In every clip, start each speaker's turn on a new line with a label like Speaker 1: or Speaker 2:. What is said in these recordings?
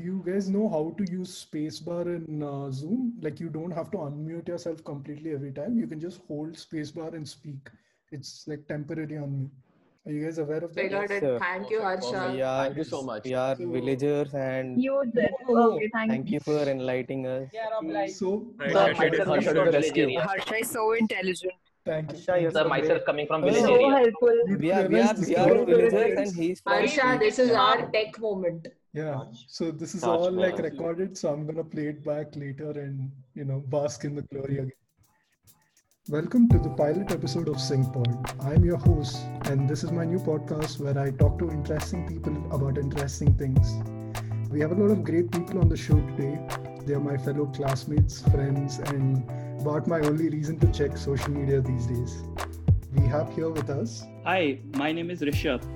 Speaker 1: guys know how to use spacebar in uh, Zoom? Like you don't have to unmute yourself completely every time. You can just hold spacebar and speak. It's like temporary unmute. Are you guys aware of that?
Speaker 2: Yes,
Speaker 3: Figured it.
Speaker 2: sir.
Speaker 3: Thank you,
Speaker 2: Perfect.
Speaker 3: Harsha.
Speaker 2: We are,
Speaker 4: Thank you so much.
Speaker 2: We are
Speaker 1: So-
Speaker 2: villagers and
Speaker 5: Use it.
Speaker 2: No, no, no.
Speaker 5: Okay, thank,
Speaker 2: thank you for enlightening us.
Speaker 6: Yeah, Rob, like,
Speaker 1: So
Speaker 7: Right,
Speaker 6: Sir,
Speaker 7: Harsha did-
Speaker 6: myself
Speaker 7: Harsha
Speaker 6: is
Speaker 7: did
Speaker 6: from
Speaker 7: rescue.
Speaker 6: village area.
Speaker 5: Harsha is so intelligent.
Speaker 1: thank you.
Speaker 2: Harsha, you're
Speaker 6: Sir,
Speaker 2: so
Speaker 6: myself coming from
Speaker 2: Oh.
Speaker 6: village
Speaker 5: So
Speaker 6: area.
Speaker 5: helpful.
Speaker 1: You
Speaker 2: We are, we are,
Speaker 1: realize
Speaker 2: we
Speaker 1: this
Speaker 2: are
Speaker 1: is-
Speaker 2: villagers and he's from
Speaker 3: Harsha, this is
Speaker 2: Sweden.
Speaker 3: our tech moment.
Speaker 1: Yeah. So this is
Speaker 4: Raj
Speaker 1: all like
Speaker 4: Maharaj.
Speaker 1: recorded, so I'm gonna play it back later and you know bask in the glory again. Welcome to the pilot episode of SyncPod. I'm your host, and this is my new podcast where I talk to interesting people about interesting things. We have a lot of great people on the show today. They are my fellow classmates, friends, and about my only reason to check social media these days. We have here with us
Speaker 8: Hi, my name is Rishabh,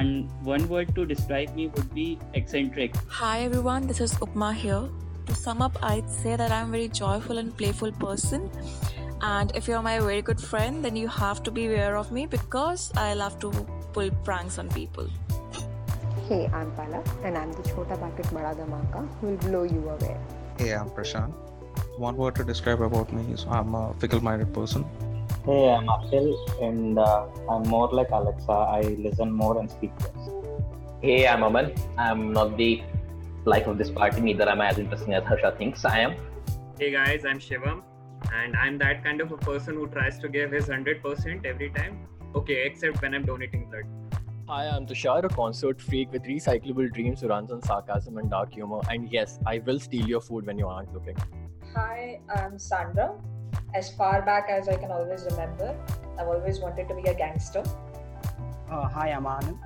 Speaker 8: and one word to describe me would be eccentric.
Speaker 9: Hi everyone, this is Upma here. To sum up, I'd say that I'm a very joyful and playful person. And if you're my very good friend, then you have to be aware of me because I love to pull pranks on people.
Speaker 10: Hey, I'm Pala, and I'm the Chota Packet Bada Dhamaka who will blow you away.
Speaker 11: Hey, I'm Prashant. One word to describe about me is I'm a fickle-minded person.
Speaker 6: Hey, I'm Akshay, and uh, I'm more like Alexa. I listen more and speak less. Hey, I'm Aman. I'm not the life of this party, neither am I as interesting as Harsha thinks I am.
Speaker 7: Hey guys, I'm Shivam, and I'm that kind of a person who tries to give his 100% every time. Okay, except when I'm donating blood.
Speaker 4: Hi, I'm Tushar, a concert freak with recyclable dreams who runs on sarcasm and dark humor. And yes, I will steal your food when you aren't looking.
Speaker 3: Hi, I'm Sandra. As far back as I can always remember, I've always wanted to be a gangster.
Speaker 6: Uh, hi, I'm Anand.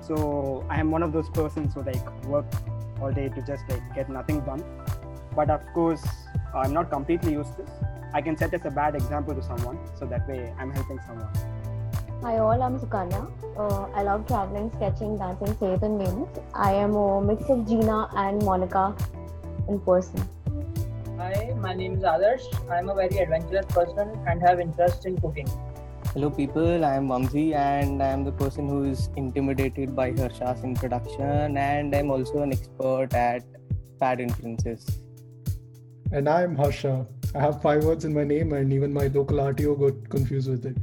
Speaker 6: So I am one of those persons who like work all day to just like get nothing done. But of course, I'm not completely useless. I can set as a bad example to someone, so that way I'm helping someone.
Speaker 10: Hi all, I'm Sukarna. Uh, I love traveling, sketching, dancing, safe and names. I am a mix of Gina and Monica in person.
Speaker 6: Hi, my name is Adarsh. I'm a very adventurous person and have interest in cooking.
Speaker 2: Hello, people. I'm Vamsi, and I'm the person who is intimidated by Harsha's introduction, and I'm also an expert at bad inferences.
Speaker 1: And I'm Harsha. I have five words in my name, and even my local RTO got confused with it.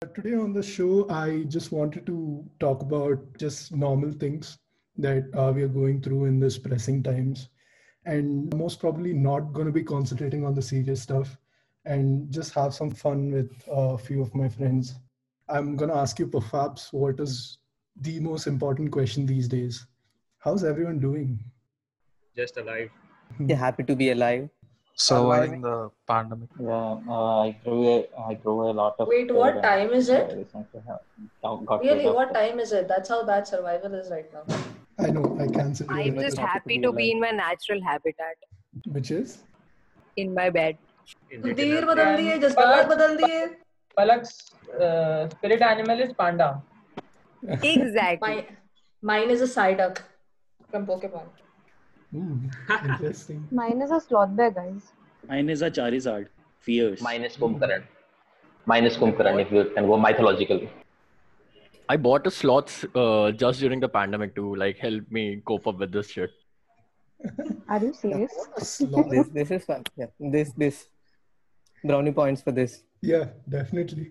Speaker 1: But Today on the show, I just wanted to talk about just normal things that uh, we are going through in this pressing times, and most probably not going to be concentrating on the serious stuff, and just have some fun with uh, a few of my friends. I'm gonna ask you, perhaps, what is the most important question these days? How's everyone doing?
Speaker 7: Just alive.
Speaker 4: Hmm.
Speaker 2: You're happy to be alive.
Speaker 11: Surviving the pandemic.
Speaker 6: Yeah, uh, I grew a, I grew a lot of.
Speaker 3: Wait, what time is it?
Speaker 6: Got
Speaker 3: Really, what time is it? That's how bad survival is right now.
Speaker 1: I know I cancelled, your
Speaker 5: I'm
Speaker 1: event,
Speaker 5: just happy to be in my natural habitat,
Speaker 1: which is
Speaker 5: in my bed.
Speaker 7: In the
Speaker 3: Deer
Speaker 7: dinner.
Speaker 3: बदल दिए, जज्बात बदल दिए.
Speaker 6: Palak's uh, spirit animal is panda.
Speaker 5: Exactly.
Speaker 3: My, mine is a Psyduck from Pokemon.
Speaker 1: Hmm, interesting.
Speaker 10: Mine is a sloth bear, guys.
Speaker 8: Mine is a Charizard. Fierce.
Speaker 6: Minus Kumkaran. Minus Kumkaran, if you can go mythologically.
Speaker 4: I bought a slots uh, just during the pandemic to like help me cope up with this shit.
Speaker 10: Are you serious?
Speaker 1: Sloth.
Speaker 2: This, this is fun. Yeah. This, this. Brownie points for this.
Speaker 1: Yeah, definitely.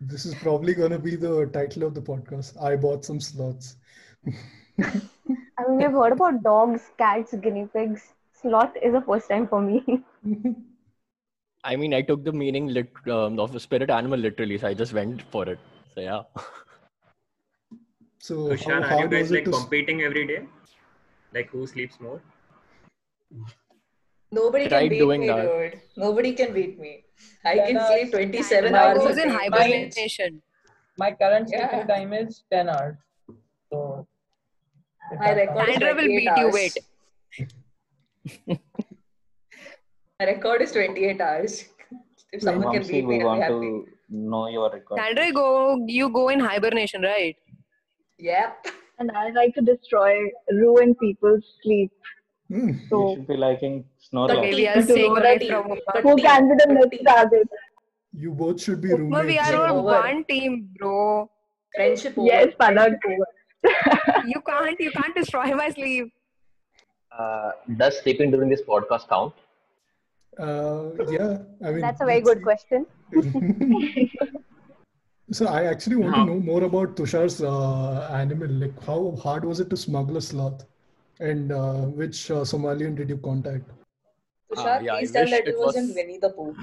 Speaker 1: This is probably going to be the title of the podcast. I bought some slots.
Speaker 10: I mean, we've heard about dogs, cats, guinea pigs. Sloth is the first time for me.
Speaker 4: I mean, I took the meaning lit- um, of a spirit animal literally, so I just went for it. So yeah.
Speaker 1: So,
Speaker 7: Tushar,
Speaker 1: how,
Speaker 7: are
Speaker 1: Oh, how
Speaker 7: you guys
Speaker 1: does it
Speaker 7: like
Speaker 1: to
Speaker 7: competing every day? Like who sleeps more?
Speaker 3: Nobody can
Speaker 4: Tried
Speaker 3: beat
Speaker 4: doing
Speaker 3: me,
Speaker 4: that.
Speaker 3: dude. Nobody can beat me. I can
Speaker 6: Then, uh,
Speaker 3: sleep 27
Speaker 5: I
Speaker 3: hours.
Speaker 5: goes
Speaker 3: a
Speaker 5: in
Speaker 3: day.
Speaker 5: hibernation.
Speaker 6: My current
Speaker 3: Yeah.
Speaker 6: sleeping time is 10 hours. So. if
Speaker 3: I
Speaker 6: that
Speaker 3: record is
Speaker 5: Sandra will
Speaker 3: 28
Speaker 5: beat you,
Speaker 3: hours.
Speaker 5: wait.
Speaker 3: My record is 28 hours. If someone can beat me, I'll be happy.
Speaker 12: know your requirement.
Speaker 5: Sandra, go you go in hibernation, right?
Speaker 3: Yep.
Speaker 13: And I like to destroy, ruin people's sleep.
Speaker 1: Hmm,
Speaker 12: you should be liking snow.
Speaker 5: Okay, we are saying right from Upma.
Speaker 13: Who can be the next target?
Speaker 1: You both should be
Speaker 5: Upma, we
Speaker 1: roommates.
Speaker 5: are all one team, bro.
Speaker 3: Friendship
Speaker 13: Yes, Palak.
Speaker 5: You can't you can't destroy my sleep.
Speaker 12: Uh, does sleeping during this podcast count?
Speaker 1: Uh, yeah, I mean,
Speaker 10: That's a very good question.
Speaker 1: so I actually want
Speaker 7: Uh-huh.
Speaker 1: to know more about Tushar's uh, animal. Like, how hard was it to smuggle a sloth? And uh, which uh, Somalian did you contact?
Speaker 3: Tushar,
Speaker 4: Ah, yeah, I
Speaker 3: please tell
Speaker 4: wish
Speaker 3: that
Speaker 4: it
Speaker 3: it was,
Speaker 4: was-
Speaker 3: in Winnie the Pooh.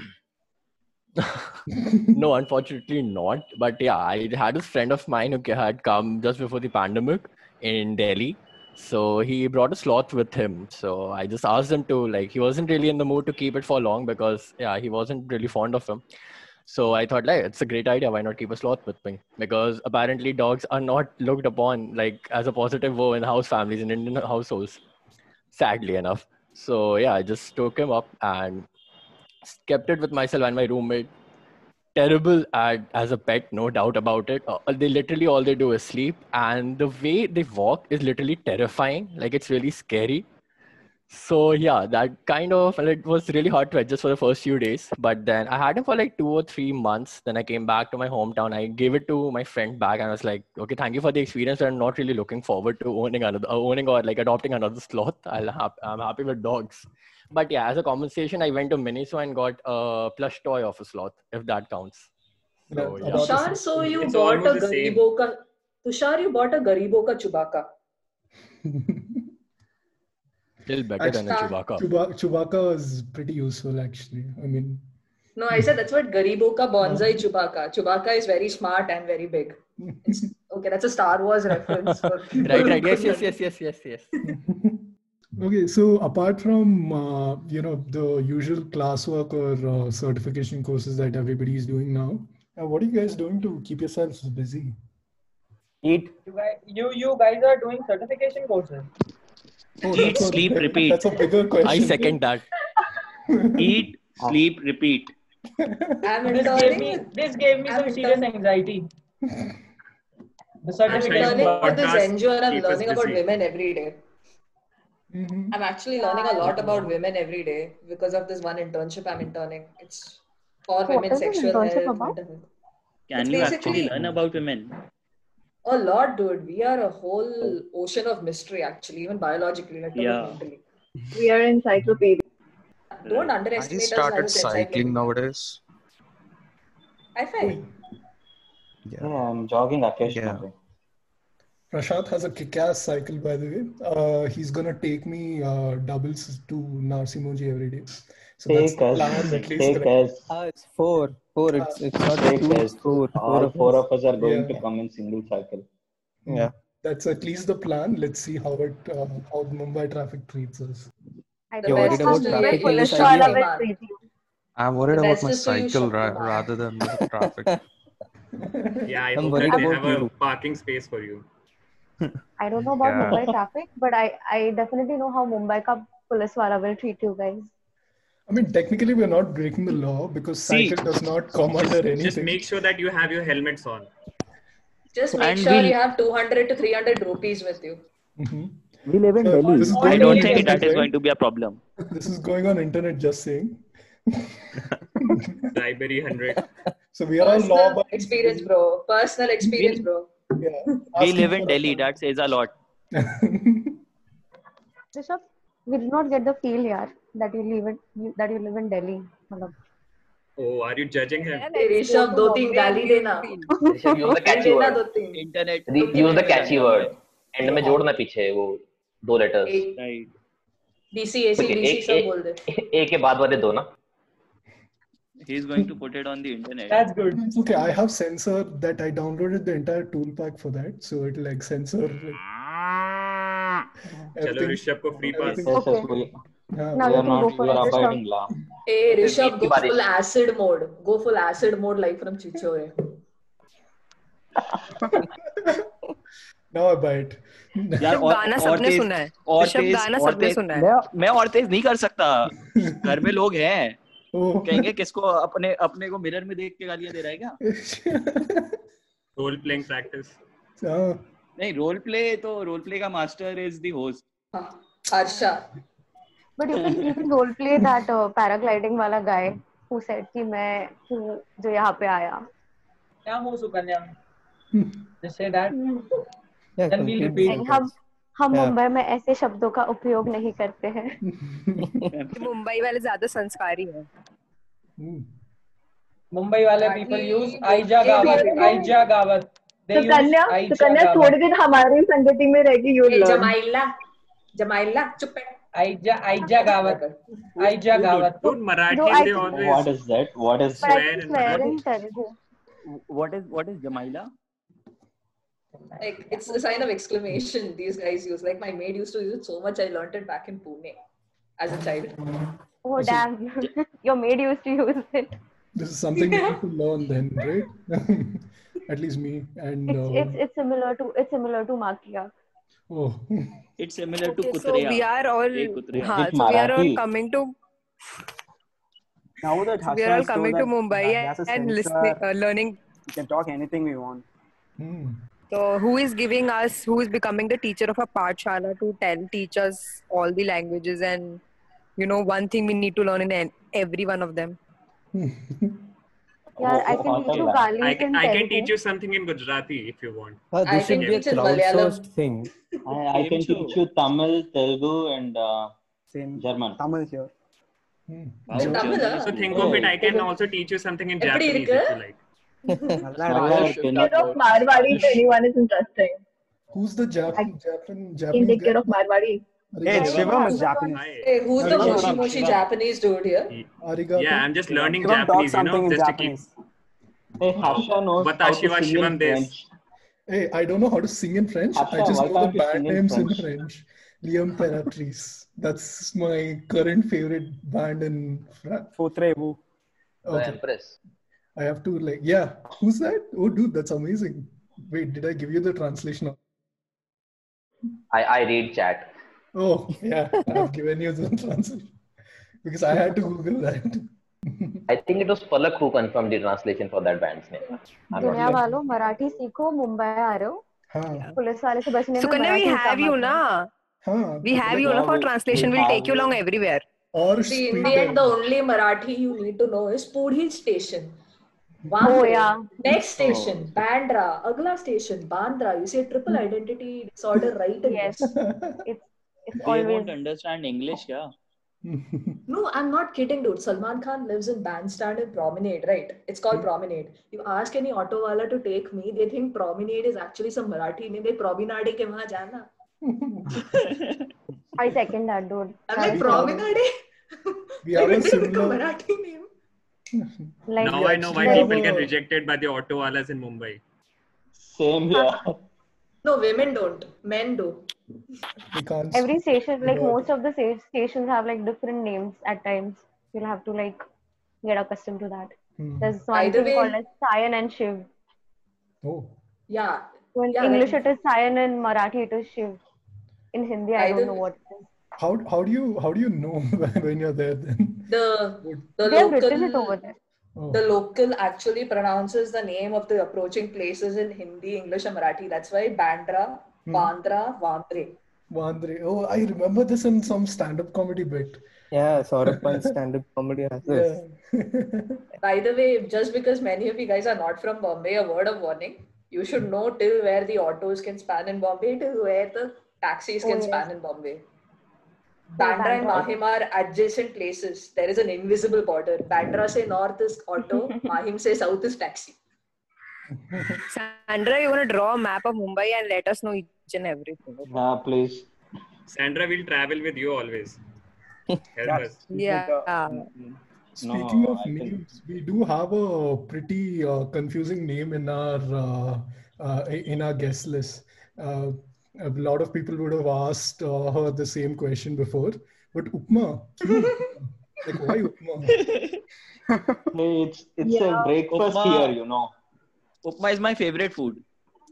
Speaker 4: no, unfortunately not. But yeah, I had a friend of mine who had come just before the pandemic in Delhi. So he brought a sloth with him. So I just asked him to like he wasn't really in the mood to keep it for long because yeah, he wasn't really fond of him. So I thought like it's a great idea. Why not keep a sloth with me? Because apparently dogs are not looked upon like as a positive woe in house families in Indian households. Sadly enough. So yeah, I just took him up and kept it with myself and my roommate terrible at, as a pet, no doubt about it. Uh, they literally all they do is sleep, and the way they walk is literally terrifying. Like it's really scary. So yeah, that kind of and it was really hard to adjust for the first few days. But then I had him for like two or three months. Then I came back to my hometown. I gave it to my friend back, and I was like, okay, thank you for the experience. But I'm not really looking forward to owning another, uh, owning or like adopting another sloth. I'll hap- I'm happy with dogs. But yeah, as a compensation, I went to Miniso and got a plush toy of a sloth, if that counts. So, yeah.
Speaker 3: Tushar, so you
Speaker 4: It's
Speaker 3: bought a
Speaker 4: almost the same.
Speaker 3: Garibo ka Tushar, you bought a Garibo ka Chewbacca.
Speaker 4: Still better than a Chewbacca.
Speaker 1: Chewba- Chewbacca is pretty useful, actually. I mean,
Speaker 3: No, I said that's what Garibo ka bonsai Chewbacca. Chewbacca is very smart and very big. It's, okay, that's a Star Wars reference. For
Speaker 4: right, right. Yes, yes, yes, yes, yes, yes.
Speaker 1: Okay, so apart from uh, you know the usual classwork or uh, certification courses that everybody is doing now, uh, what are you guys doing to keep yourselves busy?
Speaker 2: Eat.
Speaker 14: You guys, you, you guys are doing certification courses.
Speaker 1: Oh,
Speaker 8: Eat,
Speaker 1: that's a-
Speaker 8: sleep,
Speaker 1: that-
Speaker 8: repeat.
Speaker 1: That's a bigger question.
Speaker 8: I second that. Eat, sleep, repeat.
Speaker 3: I'm
Speaker 14: This gave me, this gave me some serious anxiety. The
Speaker 3: I'm
Speaker 14: certification
Speaker 3: learning about this
Speaker 14: podcast
Speaker 3: NGO and I'm
Speaker 14: keep us
Speaker 3: learning about
Speaker 14: busy.
Speaker 3: women every day.
Speaker 4: Mm-hmm.
Speaker 3: I'm actually learning a lot about women every day because of this one internship I'm interning. It's for
Speaker 10: What
Speaker 3: women
Speaker 10: is this
Speaker 3: sexual health.
Speaker 10: internship about?
Speaker 3: mental health.
Speaker 8: Can
Speaker 3: It's
Speaker 8: you actually
Speaker 3: basically-
Speaker 8: learn about women?
Speaker 3: A lot, dude. We are a whole ocean of mystery, actually, even biologically, let alone
Speaker 8: Oh. Yeah.
Speaker 3: mentally.
Speaker 13: We are encyclopedia.
Speaker 11: Have
Speaker 3: Don't
Speaker 11: you
Speaker 3: underestimate us.
Speaker 11: started
Speaker 3: as a
Speaker 11: cycling nowadays?
Speaker 3: I find
Speaker 11: Yeah.
Speaker 12: I'm jogging occasionally.
Speaker 1: Prashant has a kick-ass cycle, by the way. Uh, he's gonna take me uh, doubles to Narsimoji every day. So that's
Speaker 12: Take
Speaker 1: the
Speaker 12: us,
Speaker 1: plan, at least.
Speaker 12: take us.
Speaker 2: Uh, it's four. Four. It's, it's not
Speaker 12: Take
Speaker 2: two.
Speaker 12: us.
Speaker 2: It's four.
Speaker 12: All four of us are going
Speaker 1: Yeah.
Speaker 12: to come in single cycle.
Speaker 1: Yeah. That's at least the plan. Let's see how it uh, how the Mumbai traffic treats us.
Speaker 10: I
Speaker 1: You're worried
Speaker 10: don't
Speaker 1: about
Speaker 10: know.
Speaker 1: traffic
Speaker 10: Full
Speaker 1: police,
Speaker 10: stall
Speaker 1: are you?
Speaker 10: of it, Preeti.
Speaker 11: I'm worried about my
Speaker 10: Best is to use
Speaker 11: cycle ra- rather than the traffic.
Speaker 7: Yeah, I
Speaker 11: I'm
Speaker 7: hope
Speaker 11: worried
Speaker 7: that they
Speaker 11: about
Speaker 7: have a
Speaker 11: you.
Speaker 7: parking space for you.
Speaker 10: I don't know about
Speaker 11: Yeah.
Speaker 10: Mumbai traffic, but I, I definitely know how Mumbai ka police wala will treat you guys.
Speaker 1: I mean, technically, we're not breaking the law because
Speaker 7: See,
Speaker 1: cycle does not come
Speaker 7: Just-
Speaker 1: under
Speaker 7: Just
Speaker 1: anything.
Speaker 7: make sure that you have your helmets on.
Speaker 3: just make
Speaker 7: And
Speaker 3: sure
Speaker 7: we'll-
Speaker 3: you have 200 to 300 rupees with you.
Speaker 1: We live in Delhi. This is
Speaker 8: I
Speaker 1: going
Speaker 8: don't
Speaker 1: on
Speaker 8: think that
Speaker 1: internet,
Speaker 8: is
Speaker 1: right?
Speaker 8: going to be a problem.
Speaker 1: This is going on internet. Just saying.
Speaker 7: Library 100.
Speaker 1: So we are all law.
Speaker 3: Personal experience, bro. Personal experience, bro.
Speaker 8: We live in Delhi. That says a lot.
Speaker 10: Rishabh, we did not get the feel here that you live in you, that you live in Delhi. Matlab.
Speaker 7: Oh, are you judging him?
Speaker 3: Hey, Rishabh, do teen गाली देना.
Speaker 12: Use the catchy
Speaker 3: देना
Speaker 12: word.
Speaker 3: दो तीन.
Speaker 8: Internet.
Speaker 12: The- Use the catchy word. End में जोड़ना पीछे वो दो letters
Speaker 8: Right.
Speaker 3: DC, AC,
Speaker 12: Okay, eh.
Speaker 3: DC
Speaker 12: एक-
Speaker 3: सब
Speaker 12: एक-
Speaker 3: बोल दे.
Speaker 12: ए के बाद वाले दो ना
Speaker 8: He's going to put it on the internet.
Speaker 1: good. It's okay. I have sensor that I downloaded the entire tool pack for that, so it'll like censor.
Speaker 7: चलो ऋषभ को free pass
Speaker 12: Yes, yes, we,
Speaker 1: Now
Speaker 12: we
Speaker 1: you
Speaker 12: are
Speaker 1: can
Speaker 12: not
Speaker 1: go for
Speaker 12: we are
Speaker 1: it, Rishabh.
Speaker 12: abiding law.
Speaker 3: Hey, Rishabh, go
Speaker 12: बारिश।
Speaker 3: full acid mode. Go full acid mode like from Chichore.
Speaker 1: Now I bite.
Speaker 8: यार
Speaker 5: ऋषभ गाना सबने सुना है।
Speaker 8: और
Speaker 5: ऋषभ
Speaker 8: तेज
Speaker 5: गाना
Speaker 8: और
Speaker 5: सबने
Speaker 8: तेज
Speaker 5: सुना है।
Speaker 8: मैं मैं और तेज नहीं कर सकता घर में लोग हैं
Speaker 15: कहेंगे किसको अपने अपने को मिरर में देख के गालियां दे रहा है क्या
Speaker 7: रोल प्लेइंग प्रैक्टिस
Speaker 15: नहीं रोल प्ले तो रोल प्ले का master is the host
Speaker 3: Harsha
Speaker 10: But you can, you can role play that uh, paragliding वाला guy who said कि मैं हूँ जो यहाँ पे आया.
Speaker 14: क्या हो Sukanya? Just say that.
Speaker 3: Hmm.
Speaker 2: Yeah,
Speaker 14: Then we'll
Speaker 2: complete
Speaker 14: repeat.
Speaker 10: Like, हम हम
Speaker 2: Yeah.
Speaker 10: मुंबई में ऐसे शब्दों का उपयोग नहीं करते हैं.
Speaker 5: मुंबई वाले ज्यादा संस्कारी हैं
Speaker 14: Mumbai wale people use Aija Gawat. Aija Gawat. They use
Speaker 13: Sukanya
Speaker 14: Aija
Speaker 13: Sukanya
Speaker 14: Gawat.
Speaker 13: थोड़े दिन हमारी संगति में रहेगी you
Speaker 3: Hey, Jamaila. Jamaila, chup hai.
Speaker 14: Aija Aija Gawat. Aija Gawat.
Speaker 7: Dude,
Speaker 10: No,
Speaker 7: Marathi
Speaker 10: I
Speaker 7: they
Speaker 10: think-
Speaker 7: always
Speaker 15: what is that what is
Speaker 10: But I
Speaker 7: Swear
Speaker 10: can
Speaker 7: in
Speaker 10: swear
Speaker 7: Marathi.
Speaker 10: in Telugu.
Speaker 15: what is what is jamaila
Speaker 3: Like it's a sign of exclamation these guys use. Like my maid used to use it so much. I learnt it back in Pune as a child.
Speaker 10: Oh damn, your maid used to use it.
Speaker 1: This is something you have to learn then, right? At least me. And
Speaker 10: It's,
Speaker 1: uh,
Speaker 10: it's it's similar to it's similar to Makia.
Speaker 1: oh,
Speaker 15: it's similar to
Speaker 5: Okay, so
Speaker 15: kutreya
Speaker 5: we are all
Speaker 15: Hey, kutreya.
Speaker 5: हाँ,
Speaker 15: It's
Speaker 5: so we are all
Speaker 15: Marathi.
Speaker 5: coming to
Speaker 6: Now
Speaker 5: we
Speaker 6: that Harsha
Speaker 5: are all
Speaker 6: has told
Speaker 5: coming to
Speaker 6: that
Speaker 5: Mumbai
Speaker 6: Vyas is
Speaker 5: and
Speaker 6: censor,
Speaker 5: listening uh, learning.
Speaker 6: we can talk anything we want.
Speaker 5: So who is giving us who is becoming the teacher of a paathshala to tell teach us all the languages and you know one thing we need to learn in an- every one of them.
Speaker 10: Yeah, I can teach you Galis
Speaker 7: I
Speaker 10: in
Speaker 7: can, I can
Speaker 10: Telugu.
Speaker 7: teach you something in Gujarati if you want.
Speaker 2: Well,
Speaker 3: I
Speaker 2: this should
Speaker 3: can
Speaker 2: be a
Speaker 3: teach in Malayalam.
Speaker 2: crowdsourced thing.
Speaker 15: I, I can teach you tamil telugu and uh,
Speaker 6: Same
Speaker 15: german
Speaker 6: Tamil here.
Speaker 2: Hmm.
Speaker 15: Wow,
Speaker 3: Tamil,
Speaker 15: German
Speaker 3: ah?
Speaker 15: is
Speaker 7: So
Speaker 15: good.
Speaker 7: think of it. I can also teach you something in
Speaker 3: எப்படி
Speaker 7: Japanese
Speaker 3: இருக்கு?
Speaker 7: if you like.
Speaker 6: Malayalam.
Speaker 13: Take care of Marwari if anyone is interested.
Speaker 1: who's the Japan Japan
Speaker 13: You can
Speaker 1: Japanese?
Speaker 13: take care of Marwari.
Speaker 6: Hey,
Speaker 1: Arigato.
Speaker 6: Shivam is Japanese.
Speaker 3: Hey, who's the
Speaker 1: Hello,
Speaker 3: moshi
Speaker 1: Ram.
Speaker 3: moshi Japanese dude here?
Speaker 1: Arigato.
Speaker 7: Yeah, I'm just learning
Speaker 6: Shivam talk
Speaker 7: Japanese, you
Speaker 6: something
Speaker 7: know,
Speaker 6: in
Speaker 7: just
Speaker 6: Japanese.
Speaker 15: Hey, Harsha knows how
Speaker 7: Watashi
Speaker 15: to
Speaker 7: wa
Speaker 15: sing in
Speaker 7: Shivam des.
Speaker 15: French.
Speaker 1: Hey, I don't know how to sing in French. I
Speaker 15: Akshay,
Speaker 1: just
Speaker 15: why
Speaker 1: know
Speaker 15: can't you
Speaker 1: the band
Speaker 15: sing in
Speaker 1: names in
Speaker 15: French?
Speaker 1: French. Liam Peratrice. That's my current favorite band in France.
Speaker 6: Futrebu.
Speaker 12: The
Speaker 1: Okay.
Speaker 12: Empress.
Speaker 1: I have to like, yeah. Who's that? Oh, dude, that's amazing. Wait, did I give you the translation? of-
Speaker 12: I, I read chat.
Speaker 1: Oh, yeah. I've given you the translation because I had to Google that.
Speaker 12: I think it was Palak who confirmed the translation for that band's name. I'm not
Speaker 10: दुनिया वालों मराठी सीखो मुंबई आ रहे हो
Speaker 1: Huh.
Speaker 10: Police वाले से बचने में मतलब?
Speaker 5: Sukanya, we
Speaker 10: मराठी
Speaker 5: have
Speaker 10: काम
Speaker 5: you
Speaker 10: आता है।
Speaker 5: na.
Speaker 1: Huh.
Speaker 5: We have you
Speaker 15: Yeah,
Speaker 5: na for
Speaker 15: we-
Speaker 5: translation.
Speaker 15: we
Speaker 5: We'll
Speaker 15: have
Speaker 5: take you
Speaker 15: you.
Speaker 5: along everywhere.
Speaker 1: Or
Speaker 3: See, in
Speaker 1: speed
Speaker 3: the end,
Speaker 1: them.
Speaker 3: the only Marathi you need to know is Puri station. Vandra.
Speaker 10: Oh, yeah.
Speaker 3: Next station, Bandra. Agla station, Bandra. You see, triple identity disorder right in
Speaker 10: Hmm. Yes.
Speaker 3: this.
Speaker 10: It's it's
Speaker 15: They won't
Speaker 10: always
Speaker 15: understand English, yeah.
Speaker 3: No, I'm not kidding, dude. Salman Khan lives in Bandstand and Promenade, right? It's called Promenade. You ask any auto wala to take me, they think Promenade is actually some Marathi name. They Promenade ke wahan jana.
Speaker 10: I second that dude.
Speaker 3: I'm
Speaker 10: That's
Speaker 3: like,
Speaker 1: Yeah.
Speaker 3: Promenade?
Speaker 1: We have a
Speaker 3: Like, it's a
Speaker 1: similar-
Speaker 3: Marathi name.
Speaker 10: like
Speaker 7: Now I know why
Speaker 10: like-
Speaker 7: people get rejected by the auto wallahs in Mumbai.
Speaker 15: Same here.
Speaker 3: No, women don't. Men do.
Speaker 1: We can't.
Speaker 10: every station like
Speaker 1: Yeah.
Speaker 10: most of the sta- stations have like different names at times you'll have to like get accustomed to that
Speaker 1: Hmm.
Speaker 10: there's one
Speaker 3: Either
Speaker 10: thing
Speaker 3: way-
Speaker 10: called as Sayan and Shiv
Speaker 1: Oh.
Speaker 3: Yeah.
Speaker 10: so in
Speaker 3: Yeah,
Speaker 10: English
Speaker 3: like-
Speaker 10: it is Sayan and Marathi it is Shiv in Hindi I
Speaker 3: Either
Speaker 10: don't know what it is
Speaker 1: How how do you how do you know when you're there then?
Speaker 3: The the
Speaker 10: they have
Speaker 3: local
Speaker 10: written it over there
Speaker 1: Oh.
Speaker 3: the local actually pronounces the name of the approaching places in Hindi, English, and Marathi. That's why Bandra,
Speaker 1: Hmm.
Speaker 3: Bandra, Vandre.
Speaker 1: Vandre. Oh, I remember this in some stand-up comedy bit.
Speaker 2: Yeah, Saurabh Pant stand-up comedy has this.
Speaker 3: By the way, just because many of you guys are not from Bombay, a word of warning: you should know till where the autos can span in Bombay, till where the taxis
Speaker 10: Oh,
Speaker 3: can
Speaker 10: yes.
Speaker 3: span in Bombay. Bandra and
Speaker 10: Bandra.
Speaker 3: Mahim are adjacent places. There is an invisible border. Bandra say north is auto, Mahim say south is taxi.
Speaker 5: Sandra, you're gonna draw a map of Mumbai and let us know each and everything.
Speaker 15: Nah, please.
Speaker 7: Sandra will travel with you always. Help us.
Speaker 5: Yeah.
Speaker 1: Speaking
Speaker 15: No,
Speaker 1: of
Speaker 15: I think-
Speaker 1: names, we do have a pretty uh, confusing name in our uh, uh, in our guest list. Uh, a lot of people would have asked uh, her the same question before, but Upma, like why Upma?
Speaker 15: Hey, it's it's a breakfast
Speaker 8: Upma.
Speaker 15: here, you know.
Speaker 8: Upma is my favorite food.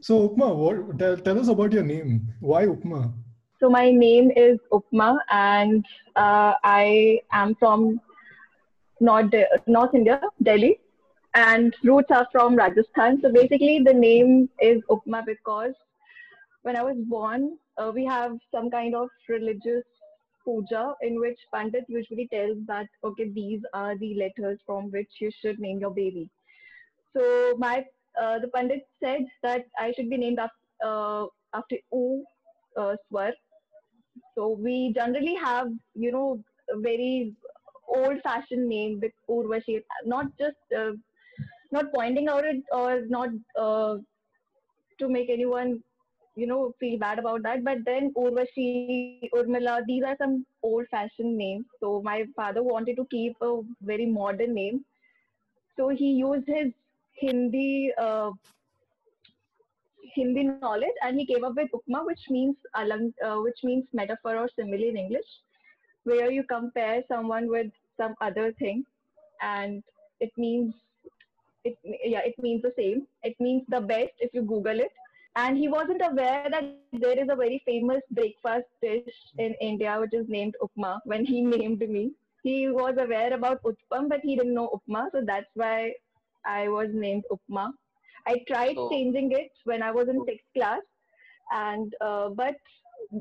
Speaker 1: So Upma, what, tell, tell us about your name. Why Upma?
Speaker 13: So my name is Upma, and uh, I am from North, De- North India, Delhi, and roots are from Rajasthan. So basically, the name is Upma because when I was born, uh, we have some kind of religious puja in which Pandit usually tells that, okay, these are the letters from which you should name your baby. So my uh, the Pandit said that I should be named after, uh, after U uh, Swar. So we generally have, you know, a very old-fashioned name with Urvashi, not just uh, not pointing out it or not uh, to make anyone you know feel bad about that but then urvashi urmila these are some old fashioned names so my father wanted to keep a very modern name so he used his hindi uh, hindi knowledge and he came up with upma which means alang, uh, which means metaphor or simile in english where you compare someone with some other thing and it means it yeah it means the same it means the best if you google it and he wasn't aware that there is a very famous breakfast dish in India which is named upma. When he named me, he was aware about utpam, but he didn't know upma, so that's why I was named upma. I tried
Speaker 9: So-
Speaker 13: changing it when I was in sixth class, and uh, but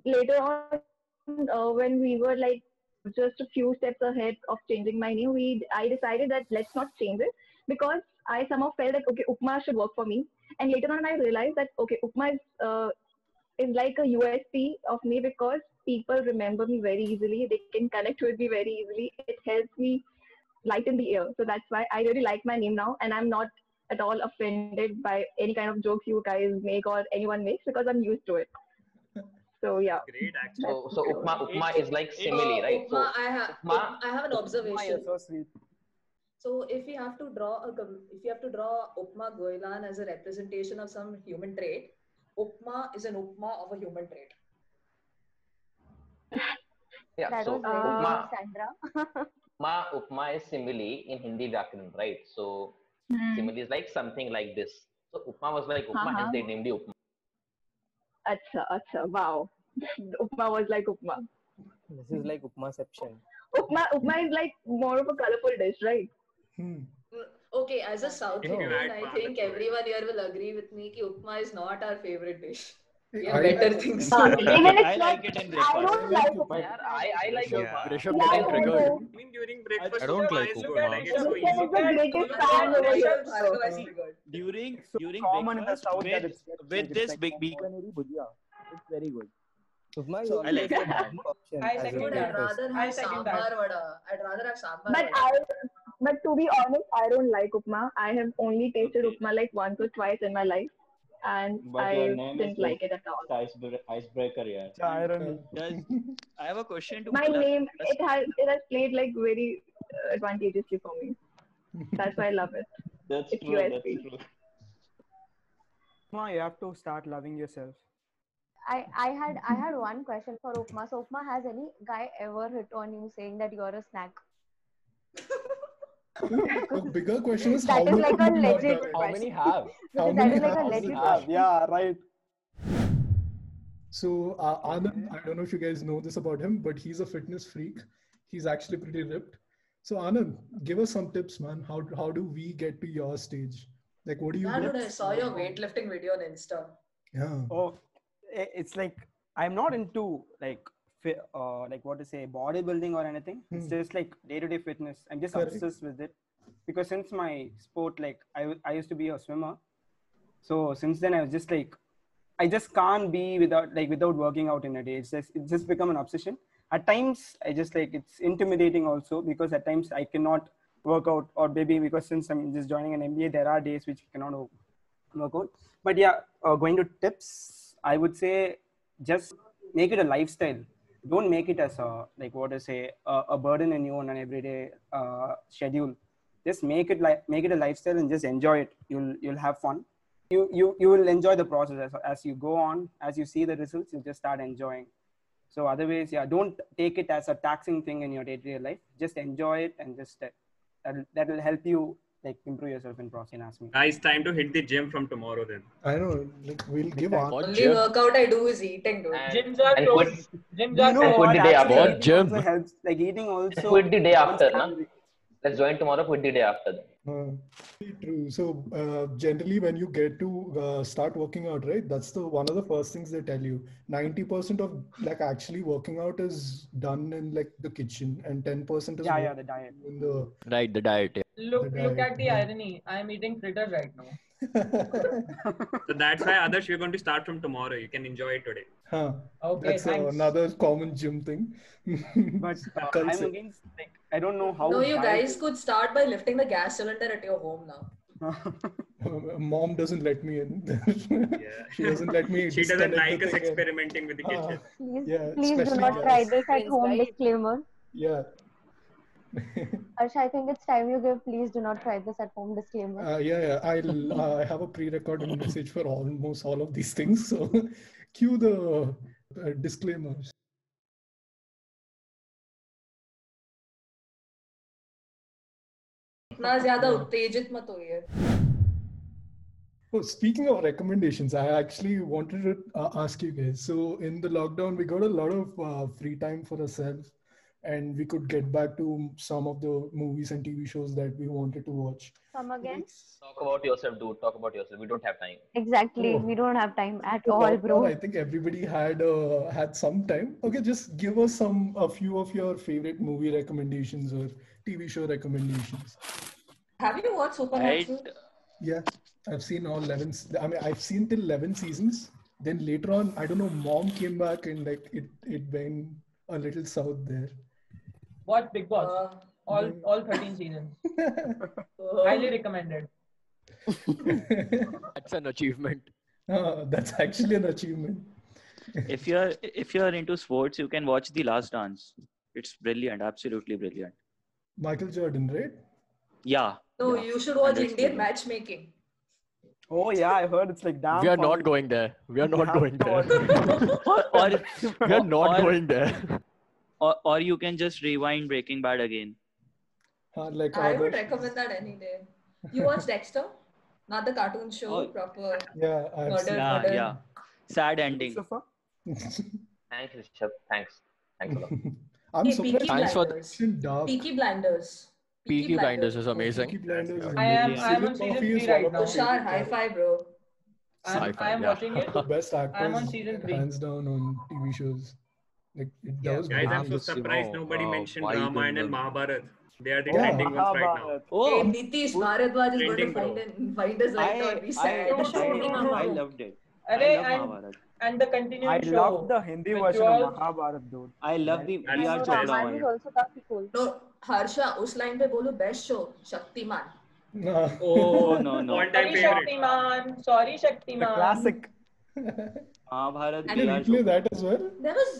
Speaker 13: later on, uh, when we were like just a few steps ahead of changing my name, we I decided that let's not change it because I somehow felt that okay, upma should work for me and later on i realized that okay upma is, uh, is like a usp of me because people remember me very easily they can connect with me very easily it helps me lighten the air so that's why i really like my name now and i'm not at all offended by any kind of jokes you guys make or anyone makes because i'm used to it so yeah
Speaker 7: great actually
Speaker 12: So, so upma, upma is like simile, right? So,
Speaker 3: Upma, I, ha-
Speaker 12: upma-
Speaker 3: I have an observation.
Speaker 6: so sweet.
Speaker 3: So if we have to draw a com- if you have to draw Upma Goilan as a representation of some human trait, Upma is an Upma of a human trait.
Speaker 12: yeah.
Speaker 10: That
Speaker 12: So
Speaker 10: was very good,
Speaker 12: upma,
Speaker 10: Sandra.
Speaker 12: upma, upma is simile in Hindi Vyakran, right? So
Speaker 5: Hmm.
Speaker 12: simile is like something like this. So upma was like upma,
Speaker 13: Uh-huh.
Speaker 12: and they named it upma.
Speaker 13: acha acha wow upma was like upma
Speaker 2: This is like upmaception.
Speaker 13: upma upma is like more of a colorful dish right
Speaker 3: Okay, as a South
Speaker 2: If you
Speaker 3: Indian,
Speaker 2: add
Speaker 3: I
Speaker 2: Pandit
Speaker 3: think everyone here will agree with me that Upma is not our favorite dish. We have
Speaker 1: I-
Speaker 3: better things to
Speaker 13: Uh,
Speaker 3: do.
Speaker 13: even it's
Speaker 15: I
Speaker 13: like
Speaker 15: like it in
Speaker 13: I
Speaker 15: breakfast.
Speaker 13: don't like upma.
Speaker 12: Yeah, I, I like
Speaker 11: Yeah.
Speaker 12: upma.
Speaker 4: Rishabh
Speaker 13: Yeah,
Speaker 4: getting
Speaker 13: I
Speaker 4: triggered.
Speaker 13: know.
Speaker 7: Even during breakfast,
Speaker 11: I don't
Speaker 7: Rishabh,
Speaker 11: like
Speaker 7: I
Speaker 11: Upma.
Speaker 7: like it so
Speaker 13: Rishabh is the
Speaker 7: easy.
Speaker 13: greatest fan over here.
Speaker 3: Bhargav is triggered.
Speaker 8: During
Speaker 6: So
Speaker 8: during
Speaker 6: common in the
Speaker 8: breakfast
Speaker 6: south that
Speaker 8: with,
Speaker 6: it's like-
Speaker 8: with
Speaker 6: it's
Speaker 8: this
Speaker 6: like
Speaker 8: big
Speaker 6: more-
Speaker 8: veganary bhujia, it's very good.
Speaker 2: Upma is
Speaker 8: So I
Speaker 2: always
Speaker 8: like
Speaker 2: the
Speaker 8: it.
Speaker 2: bottom option
Speaker 14: I
Speaker 2: as a
Speaker 14: second
Speaker 3: Dude,
Speaker 14: that.
Speaker 3: I'd
Speaker 2: breakfast.
Speaker 3: rather
Speaker 14: I
Speaker 3: have
Speaker 14: second that.
Speaker 3: sambar vada. I'd rather have sambar
Speaker 13: But I,
Speaker 3: vada.
Speaker 13: but to be honest, I don't like upma. I have only tasted upma like once or twice in my life, and
Speaker 8: But
Speaker 13: I
Speaker 8: your name
Speaker 13: didn't
Speaker 8: is
Speaker 13: like it at all.
Speaker 8: Icebre- icebreaker, yeah.
Speaker 6: Yeah, irony.
Speaker 8: Uh, Does I have a question to
Speaker 13: My
Speaker 8: Palak.
Speaker 13: name,
Speaker 8: Does-
Speaker 13: it has, it has played like very uh, advantageously for me. That's why I love it.
Speaker 8: That's
Speaker 13: It's
Speaker 8: true. That's
Speaker 13: USB.
Speaker 8: true.
Speaker 6: Upma, you have to start loving yourself.
Speaker 10: I, I had I
Speaker 1: Mm-hmm.
Speaker 10: had one question for Upma. So Upma, has any guy ever hit on you saying that you're a snack?
Speaker 1: A bigger question is how
Speaker 10: That is
Speaker 1: many
Speaker 10: like a
Speaker 1: people have
Speaker 10: legit
Speaker 1: done it?
Speaker 4: How many have?
Speaker 1: How
Speaker 10: Because that
Speaker 1: many
Speaker 10: is like
Speaker 1: have
Speaker 10: a
Speaker 1: this
Speaker 10: legit
Speaker 1: app?
Speaker 10: question.
Speaker 6: Yeah, right.
Speaker 1: So uh, Anand, I don't know if you guys know this about him, but he's a fitness freak. He's actually pretty ripped. So Anand, give us some tips, man. How how do we get to your stage? Like, what do you
Speaker 3: Yeah,
Speaker 1: do?
Speaker 3: dude, I saw your weightlifting video on Insta.
Speaker 1: Yeah.
Speaker 6: Oh, i- it's like I'm not into like fi- uh, like what to say bodybuilding or anything. It's
Speaker 1: Hmm.
Speaker 6: just like day-to-day fitness. I'm just
Speaker 1: Correct.
Speaker 6: obsessed with it because since my sport, like I w- I used to be a swimmer, so since then I was just like I just can't be without like without working out in a day. It's just it's just become an obsession. At times I just like it's intimidating also because at times I cannot work out or maybe because since I'm just joining an MBA, there are days which I cannot o- work out. But yeah, uh, going to tips, I would say just make it a lifestyle. Don't make it as a like what I say a, a burden in you on an everyday uh, schedule. Just make it like make it a lifestyle and just enjoy it. You'll you'll have fun. You you you will enjoy the process as, as you go on. As you see the results, you just start enjoying. So otherwise, yeah, don't take it as a taxing thing in your day-to-day life. Just enjoy it and just uh, that'll, that'll help you like improve yourself in process. Ask me.
Speaker 7: Guys, time to hit the gym from tomorrow then.
Speaker 1: I know. Like, we'll give Anand.
Speaker 4: What
Speaker 3: Only
Speaker 4: gym?
Speaker 3: workout I do is eating, dude.
Speaker 12: And,
Speaker 14: Gyms are
Speaker 12: and
Speaker 14: closed.
Speaker 12: quit,
Speaker 14: Gyms
Speaker 6: Do you
Speaker 14: are
Speaker 6: know
Speaker 12: And
Speaker 14: closed.
Speaker 12: quit
Speaker 6: what?
Speaker 12: the day after.
Speaker 6: Actually,
Speaker 4: What
Speaker 6: eating
Speaker 4: gym?
Speaker 6: also helps. Like eating also
Speaker 12: quit the day
Speaker 6: burns
Speaker 12: after, na?
Speaker 6: calories.
Speaker 12: Let's join tomorrow for the day after that.
Speaker 1: Uh, true. So uh, generally, when you get to uh, start working out, right? That's the one of the first things they tell you. Ninety percent of like actually working out is done in like the kitchen, and ten percent is
Speaker 6: Yeah, yeah, the diet.
Speaker 1: in the
Speaker 4: Right, the diet. Yeah.
Speaker 14: Look,
Speaker 1: The
Speaker 14: look
Speaker 1: diet,
Speaker 14: at the
Speaker 1: yeah.
Speaker 14: irony. I'm eating fritters right now.
Speaker 7: So that's why others we're going to start from tomorrow. You can enjoy it today.
Speaker 1: huh.
Speaker 14: Okay,
Speaker 1: That's uh,
Speaker 14: thanks.
Speaker 1: another common gym thing.
Speaker 6: But uh,
Speaker 1: Culture.
Speaker 6: I'm against, like, I don't know how.
Speaker 3: No, you
Speaker 6: diet-
Speaker 3: guys could start by lifting the gas cylinder at your home now.
Speaker 1: Uh, Mom doesn't let me in.
Speaker 7: Yeah.
Speaker 1: she doesn't let me.
Speaker 7: She doesn't
Speaker 1: disconnect the
Speaker 7: like us
Speaker 1: thing and-
Speaker 7: experimenting with the
Speaker 1: Ah,
Speaker 7: kitchen.
Speaker 10: Please,
Speaker 1: Yeah,
Speaker 10: please do
Speaker 1: especially
Speaker 10: not
Speaker 1: gas.
Speaker 10: try this at
Speaker 5: Yes,
Speaker 10: home.
Speaker 5: right.
Speaker 10: Disclaimer.
Speaker 1: Yeah.
Speaker 10: Arsha, I think it's time you give. Please do not try this at home. Disclaimer.
Speaker 1: Uh, yeah, yeah. I'll uh, I have a pre-recorded message for almost all of these things. So, cue the uh, disclaimers.
Speaker 3: इतना ज्यादा उत्तेजित मत होइए
Speaker 1: Oh, speaking of recommendations, I actually wanted to uh, ask you guys. So in the lockdown, we got a lot of uh, free time for ourselves, and we could get back to some of the movies and TV shows that we wanted to watch.
Speaker 10: Come again.
Speaker 12: Talk about yourself, dude. Talk about yourself. We don't have time.
Speaker 10: Exactly.
Speaker 1: Oh.
Speaker 10: We don't have time at
Speaker 1: The
Speaker 10: all,
Speaker 1: lockdown,
Speaker 10: bro.
Speaker 1: I think everybody had uh, had some time. Okay, just give us some a few of your favorite movie recommendations or TV show recommendations.
Speaker 3: Have you watched Supernatural?
Speaker 1: Yeah, I've seen all 11. s- I mean, I've seen till 11 seasons. Then later on, I don't know, mom came back and like it it went a little south there.
Speaker 14: Watch Big Boss.
Speaker 3: Uh,
Speaker 14: all
Speaker 1: yeah.
Speaker 14: all 13 seasons.
Speaker 3: uh,
Speaker 14: Highly recommended.
Speaker 4: That's an achievement.
Speaker 1: Ah, that's actually an achievement.
Speaker 8: if you're if you're into sports, you can watch The Last Dance. It's brilliant, absolutely brilliant.
Speaker 1: Michael Jordan, right?
Speaker 8: Yeah.
Speaker 3: no,
Speaker 8: yeah.
Speaker 3: you should watch
Speaker 8: Understood.
Speaker 3: Indian matchmaking.
Speaker 6: Oh yeah, I heard it's like damn.
Speaker 4: We are
Speaker 6: funny.
Speaker 4: not going there. We are
Speaker 6: You
Speaker 4: not
Speaker 6: have
Speaker 4: going
Speaker 6: to
Speaker 4: there.
Speaker 8: Or, or,
Speaker 4: We are not
Speaker 8: or-
Speaker 4: going there.
Speaker 8: or, or you can just rewind Breaking Bad again.
Speaker 1: Ah, like
Speaker 3: I would
Speaker 1: Adarsh.
Speaker 3: recommend that any day. You watch Dexter? Not the cartoon show,
Speaker 8: Oh.
Speaker 3: proper.
Speaker 1: Yeah, I've
Speaker 3: Murder.
Speaker 1: seen.
Speaker 8: Yeah,
Speaker 3: modern.
Speaker 8: yeah. Sad ending.
Speaker 6: Lucifer?
Speaker 12: Thanks, Rishabh. Thanks. Thanks a lot.
Speaker 1: I'm
Speaker 3: Hey,
Speaker 1: surprised
Speaker 3: Peaky
Speaker 4: Thanks for the-
Speaker 3: Blinders.
Speaker 1: it's in dark.
Speaker 3: Peaky Blinders.
Speaker 4: Peaky Blinders is amazing.
Speaker 1: Peaky Blinders is
Speaker 14: I am
Speaker 1: amazing.
Speaker 14: I am on
Speaker 1: Cillian
Speaker 14: season
Speaker 1: Murphy is
Speaker 14: three right
Speaker 1: one
Speaker 14: now.
Speaker 1: of my
Speaker 3: Tushar,
Speaker 1: favorite
Speaker 3: high
Speaker 1: characters.
Speaker 3: five, bro.
Speaker 14: I'm,
Speaker 4: Sci-fi,
Speaker 14: I am
Speaker 4: yeah.
Speaker 14: watching it.
Speaker 1: the best actors
Speaker 14: I'm on season three.
Speaker 1: hands down on TV shows. Like it
Speaker 6: Yeah.
Speaker 1: does
Speaker 7: Guys,
Speaker 1: break
Speaker 7: I'm so
Speaker 1: the
Speaker 7: surprised
Speaker 4: know,
Speaker 7: nobody
Speaker 4: uh,
Speaker 7: mentioned
Speaker 4: why
Speaker 7: Ramayana
Speaker 4: the-
Speaker 7: and Mahabharat. They are the
Speaker 1: Yeah.
Speaker 7: trending ones right now.
Speaker 6: Mahabharat.
Speaker 3: Hey,
Speaker 15: Oh,
Speaker 3: Nitish Bharadwaj is going to
Speaker 7: Trending,
Speaker 3: find, an, find us right now
Speaker 15: I,
Speaker 3: and be
Speaker 15: I,
Speaker 3: sad.
Speaker 14: No, no, no, no.
Speaker 15: I loved it. I
Speaker 14: Arey,
Speaker 15: love
Speaker 14: and-
Speaker 15: Mahabharat.
Speaker 14: And the continuing
Speaker 6: I
Speaker 14: show.
Speaker 6: love the Hindi
Speaker 14: with
Speaker 6: version
Speaker 14: George.
Speaker 6: of Mahabharat, dude.
Speaker 15: I love the E
Speaker 7: I
Speaker 15: we
Speaker 7: know
Speaker 15: are
Speaker 10: No,
Speaker 15: just
Speaker 7: Ramayana
Speaker 15: now.
Speaker 10: Ramayana is also काफी cool.
Speaker 3: No, Harsha, उस line पे बोलो best show Shaktiman
Speaker 1: No.
Speaker 15: Oh no no.
Speaker 7: All time
Speaker 14: Sorry,
Speaker 7: favorite.
Speaker 14: Shaktiman. Sorry, Shaktiman.
Speaker 6: The classic.
Speaker 15: Mahabharat
Speaker 1: Can
Speaker 15: we
Speaker 1: you
Speaker 15: are
Speaker 1: replay
Speaker 15: just
Speaker 1: that as well?
Speaker 3: there was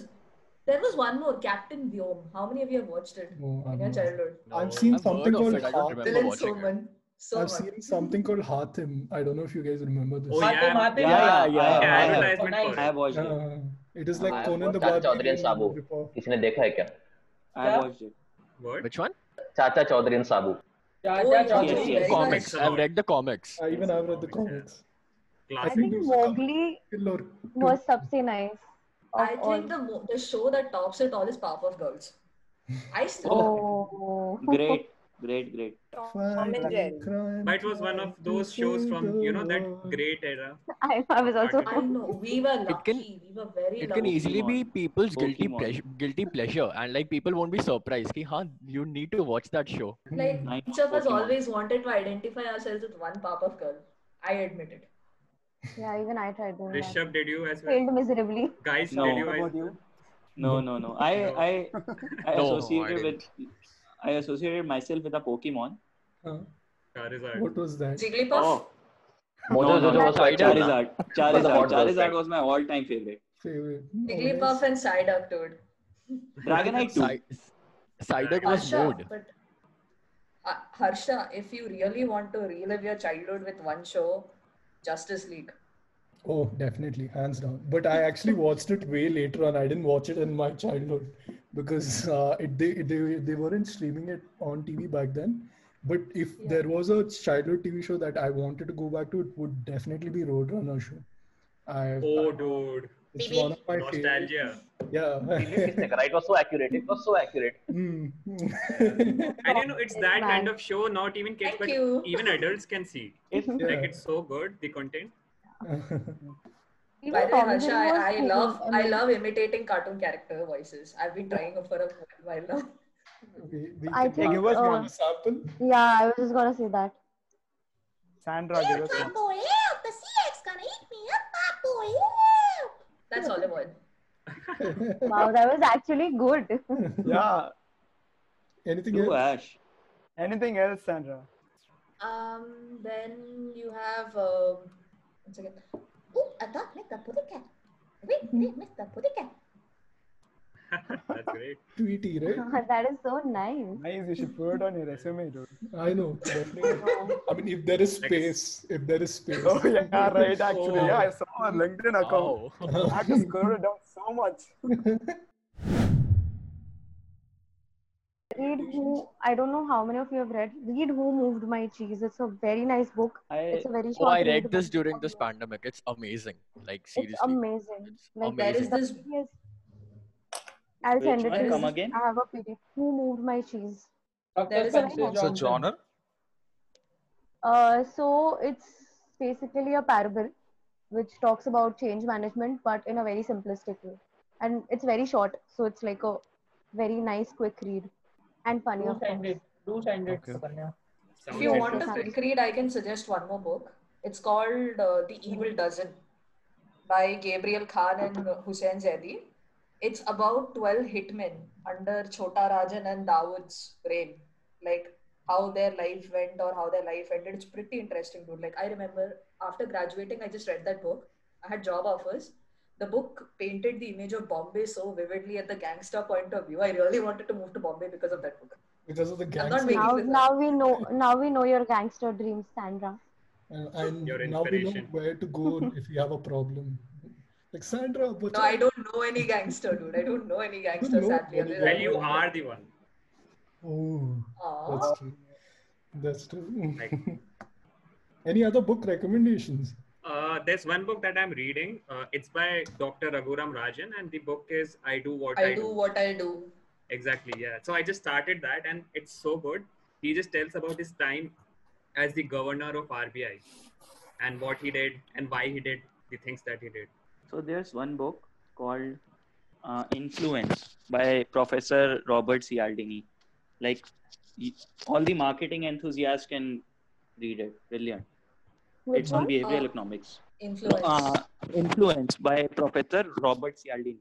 Speaker 3: there was one more Captain Vyom how many of you have watched it
Speaker 1: No,
Speaker 3: in
Speaker 1: Oh, I'm
Speaker 3: your
Speaker 1: not.
Speaker 3: childhood
Speaker 1: I've seen
Speaker 4: I've
Speaker 1: something
Speaker 4: heard of
Speaker 1: called
Speaker 4: it. I don't
Speaker 1: Heart-
Speaker 4: remember
Speaker 3: Dylan
Speaker 4: watching it.
Speaker 3: Soman
Speaker 1: I've
Speaker 3: Soman
Speaker 1: seen something called Hatim. I don't know if you guys remember this.
Speaker 7: Oh,
Speaker 14: Matem,
Speaker 7: yeah.
Speaker 14: Matem.
Speaker 15: yeah yeah
Speaker 4: Yeah,
Speaker 15: I,
Speaker 7: Yeah,
Speaker 15: I have
Speaker 7: advertisement
Speaker 14: nice.
Speaker 15: I
Speaker 7: for it.
Speaker 15: have watched it.
Speaker 1: Uh, it is like
Speaker 12: I have
Speaker 1: Conan
Speaker 12: watched
Speaker 1: the
Speaker 12: Chacha
Speaker 1: Barbarian.
Speaker 12: Chaudhary and Sabu.
Speaker 1: ripoff.
Speaker 12: किसी ने देखा है क्या
Speaker 15: I have watched it.
Speaker 7: What?
Speaker 4: Which one?
Speaker 12: Chacha Chaudhary and Sabu
Speaker 14: Chacha
Speaker 3: Oh, yeah.
Speaker 14: Chaudhary.
Speaker 15: Yes,
Speaker 4: I've seen
Speaker 15: yes.
Speaker 4: the
Speaker 3: very
Speaker 4: comics.
Speaker 7: much.
Speaker 4: I've read the comics.
Speaker 1: I even I've read the
Speaker 7: Yeah.
Speaker 1: comics.
Speaker 10: I
Speaker 7: Classic.
Speaker 10: think
Speaker 1: think it's comic
Speaker 10: Mowgli
Speaker 1: Till or
Speaker 10: was सबसे nice.
Speaker 3: I
Speaker 10: Of
Speaker 3: think
Speaker 10: all.
Speaker 3: the mo- the show that tops it all is Powerpuff Girls I still
Speaker 10: Oh.
Speaker 15: Great great great.
Speaker 5: Tom and Jerry.
Speaker 7: But it was one of those shows from, you know, that great era.
Speaker 10: I, I was also.
Speaker 3: I know we were lucky
Speaker 4: can-
Speaker 3: we were very
Speaker 4: It
Speaker 3: lucky
Speaker 4: can easily be
Speaker 15: Pokemon.
Speaker 4: people's guilty
Speaker 15: Pokemon.
Speaker 4: pleasure, guilty pleasure, and like people won't be surprised. Ki, huh, you need to watch that show.
Speaker 3: like
Speaker 1: Hmm.
Speaker 15: Nine
Speaker 3: each of us
Speaker 15: Pokemon.
Speaker 3: always wanted to identify ourselves with one Powerpuff Girl I admit it
Speaker 10: Yeah, even I tried doing that.
Speaker 7: Rishabh, did you as well?
Speaker 10: Failed miserably.
Speaker 7: Guys,
Speaker 15: No.
Speaker 7: did you
Speaker 6: What
Speaker 7: as
Speaker 6: about you?
Speaker 15: No no no. I
Speaker 7: No.
Speaker 15: I I
Speaker 4: No, I
Speaker 15: associated with I associated myself with a Pokemon.
Speaker 1: Huh?
Speaker 7: Charizard.
Speaker 1: What was that?
Speaker 3: Jigglypuff
Speaker 15: Oh
Speaker 12: Mojo
Speaker 15: no,
Speaker 12: Jojo
Speaker 15: no.
Speaker 12: was my channel.
Speaker 15: Charizard.
Speaker 12: was a
Speaker 15: Charizard.
Speaker 12: hot girl,
Speaker 15: Charizard
Speaker 12: right?
Speaker 15: was my all time favorite.
Speaker 1: Favorite. Hmm,
Speaker 3: Jigglypuff
Speaker 1: always.
Speaker 3: and Psyduck dude
Speaker 15: Dragonite too.
Speaker 4: Psy- Psyduck was
Speaker 3: Harsha,
Speaker 4: mood.
Speaker 3: but uh, Harsha, if you really want to relive your childhood with one show, Justice League.
Speaker 1: Oh, definitely, hands down. But I actually watched it way later on. I didn't watch it in my childhood because uh, it they, they they weren't streaming it on TV back then. But if
Speaker 3: Yeah.
Speaker 1: there was a childhood TV show that I wanted to go back to, it would definitely be Roadrunner show. I
Speaker 7: Oh, dude.
Speaker 1: It's Maybe. one of my
Speaker 7: Nostalgia.
Speaker 1: yeah. Hmm.
Speaker 12: It was so accurate. It was so accurate.
Speaker 7: I didn't know it's that kind of show. Not even kids, but even adults can see. It's like it's so good. The content.
Speaker 3: By the way, Harsha, I, I love I love imitating cartoon character voices. I've been trying for a while now.
Speaker 1: We- we
Speaker 10: I
Speaker 1: can
Speaker 10: think,
Speaker 1: give us
Speaker 10: uh,
Speaker 1: one sample.
Speaker 10: Yeah, I was just gonna say that.
Speaker 6: Sandra, give us one.
Speaker 3: the CX gonna eat me up, my boy. That's all I want.
Speaker 10: Wow, that was actually good.
Speaker 6: Yeah.
Speaker 15: Ah.
Speaker 1: Anything
Speaker 6: else?
Speaker 8: Ash.
Speaker 6: Anything else, Sandra?
Speaker 3: Um, then you have um, one second. Oh, I thought like the pudding cat. Wait, wait, miss the pudding cat.
Speaker 7: That's great.
Speaker 1: Tweety, right?
Speaker 10: that is so nice.
Speaker 6: Nice, you should put it on your resume, dude.
Speaker 1: I know. definitely. I mean, if there is space, if there is space.
Speaker 6: Oh yeah, right. Actually, yeah, I saw a LinkedIn
Speaker 4: Oh.
Speaker 6: account.
Speaker 1: Wow.
Speaker 6: I have to scroll it down so much.
Speaker 10: Read who I don't know how many of you have read. Read Who Moved My Cheese. It's a very nice book.
Speaker 4: I,
Speaker 10: it's a very
Speaker 4: oh,
Speaker 10: short
Speaker 4: I read
Speaker 10: read,
Speaker 4: this
Speaker 10: but
Speaker 4: during this pandemic. It's amazing. Like seriously.
Speaker 10: It's amazing. like
Speaker 4: There is
Speaker 10: this. Yes. I'll
Speaker 4: Which
Speaker 10: send it.
Speaker 4: one?
Speaker 10: to you.
Speaker 4: Come again?
Speaker 10: I have a PDF. Who moved my cheese?
Speaker 14: There
Speaker 10: is a-
Speaker 11: It's a genre.
Speaker 10: Uh, so it's basically a parable which talks about change management, but in a very simplistic way. And it's very short, so it's like a very nice, quick read and funny.
Speaker 14: Do
Speaker 10: of course.
Speaker 14: send it. Do send it, Sukanya.
Speaker 3: If you want to quick read, I can suggest one more book. It's called uh, The Evil Dozen by Gabriel Khan and Hussein Zaidi. It's about 12 hitmen under Chota Rajan and Dawood's reign. Like how their life went or how their life ended. It's pretty interesting, dude. Like I remember after graduating, I just read that book. I had job offers. The book painted the image of Bombay so vividly at the gangster point of view. I really wanted to move to Bombay because of that book.
Speaker 1: Because of the
Speaker 3: not
Speaker 1: gangs.
Speaker 3: making
Speaker 10: Now, now we know. Now we know your gangster dreams, Sandra.
Speaker 1: And, and now we know where to go if you have a problem. Like Sandra, what's
Speaker 3: No, I don't know any gangster, dude. I don't know any gangster,
Speaker 1: know
Speaker 3: sadly.
Speaker 1: any
Speaker 3: other
Speaker 7: Well,
Speaker 3: than-
Speaker 7: you are the one.
Speaker 1: Oh,
Speaker 3: Aw.
Speaker 1: that's true. That's true. Any other book recommendations?
Speaker 7: Uh, there's one book that I'm reading. Uh, it's by Dr. Raghuram Rajan, and the book is I Do What I,
Speaker 3: I do what I do.
Speaker 7: Exactly, yeah. So I just started that, and it's so good. He just tells about his time as the governor of RBI and what he did and why he did the things that he did.
Speaker 8: So there's one book called uh, Influence by Professor Robert Cialdini. Like y- all the marketing enthusiasts can read it. Brilliant.
Speaker 10: Which
Speaker 8: it's on
Speaker 10: one?
Speaker 8: behavioral
Speaker 10: Uh,
Speaker 8: economics.
Speaker 3: Influence.
Speaker 8: No, uh, influence by Professor Robert Cialdini.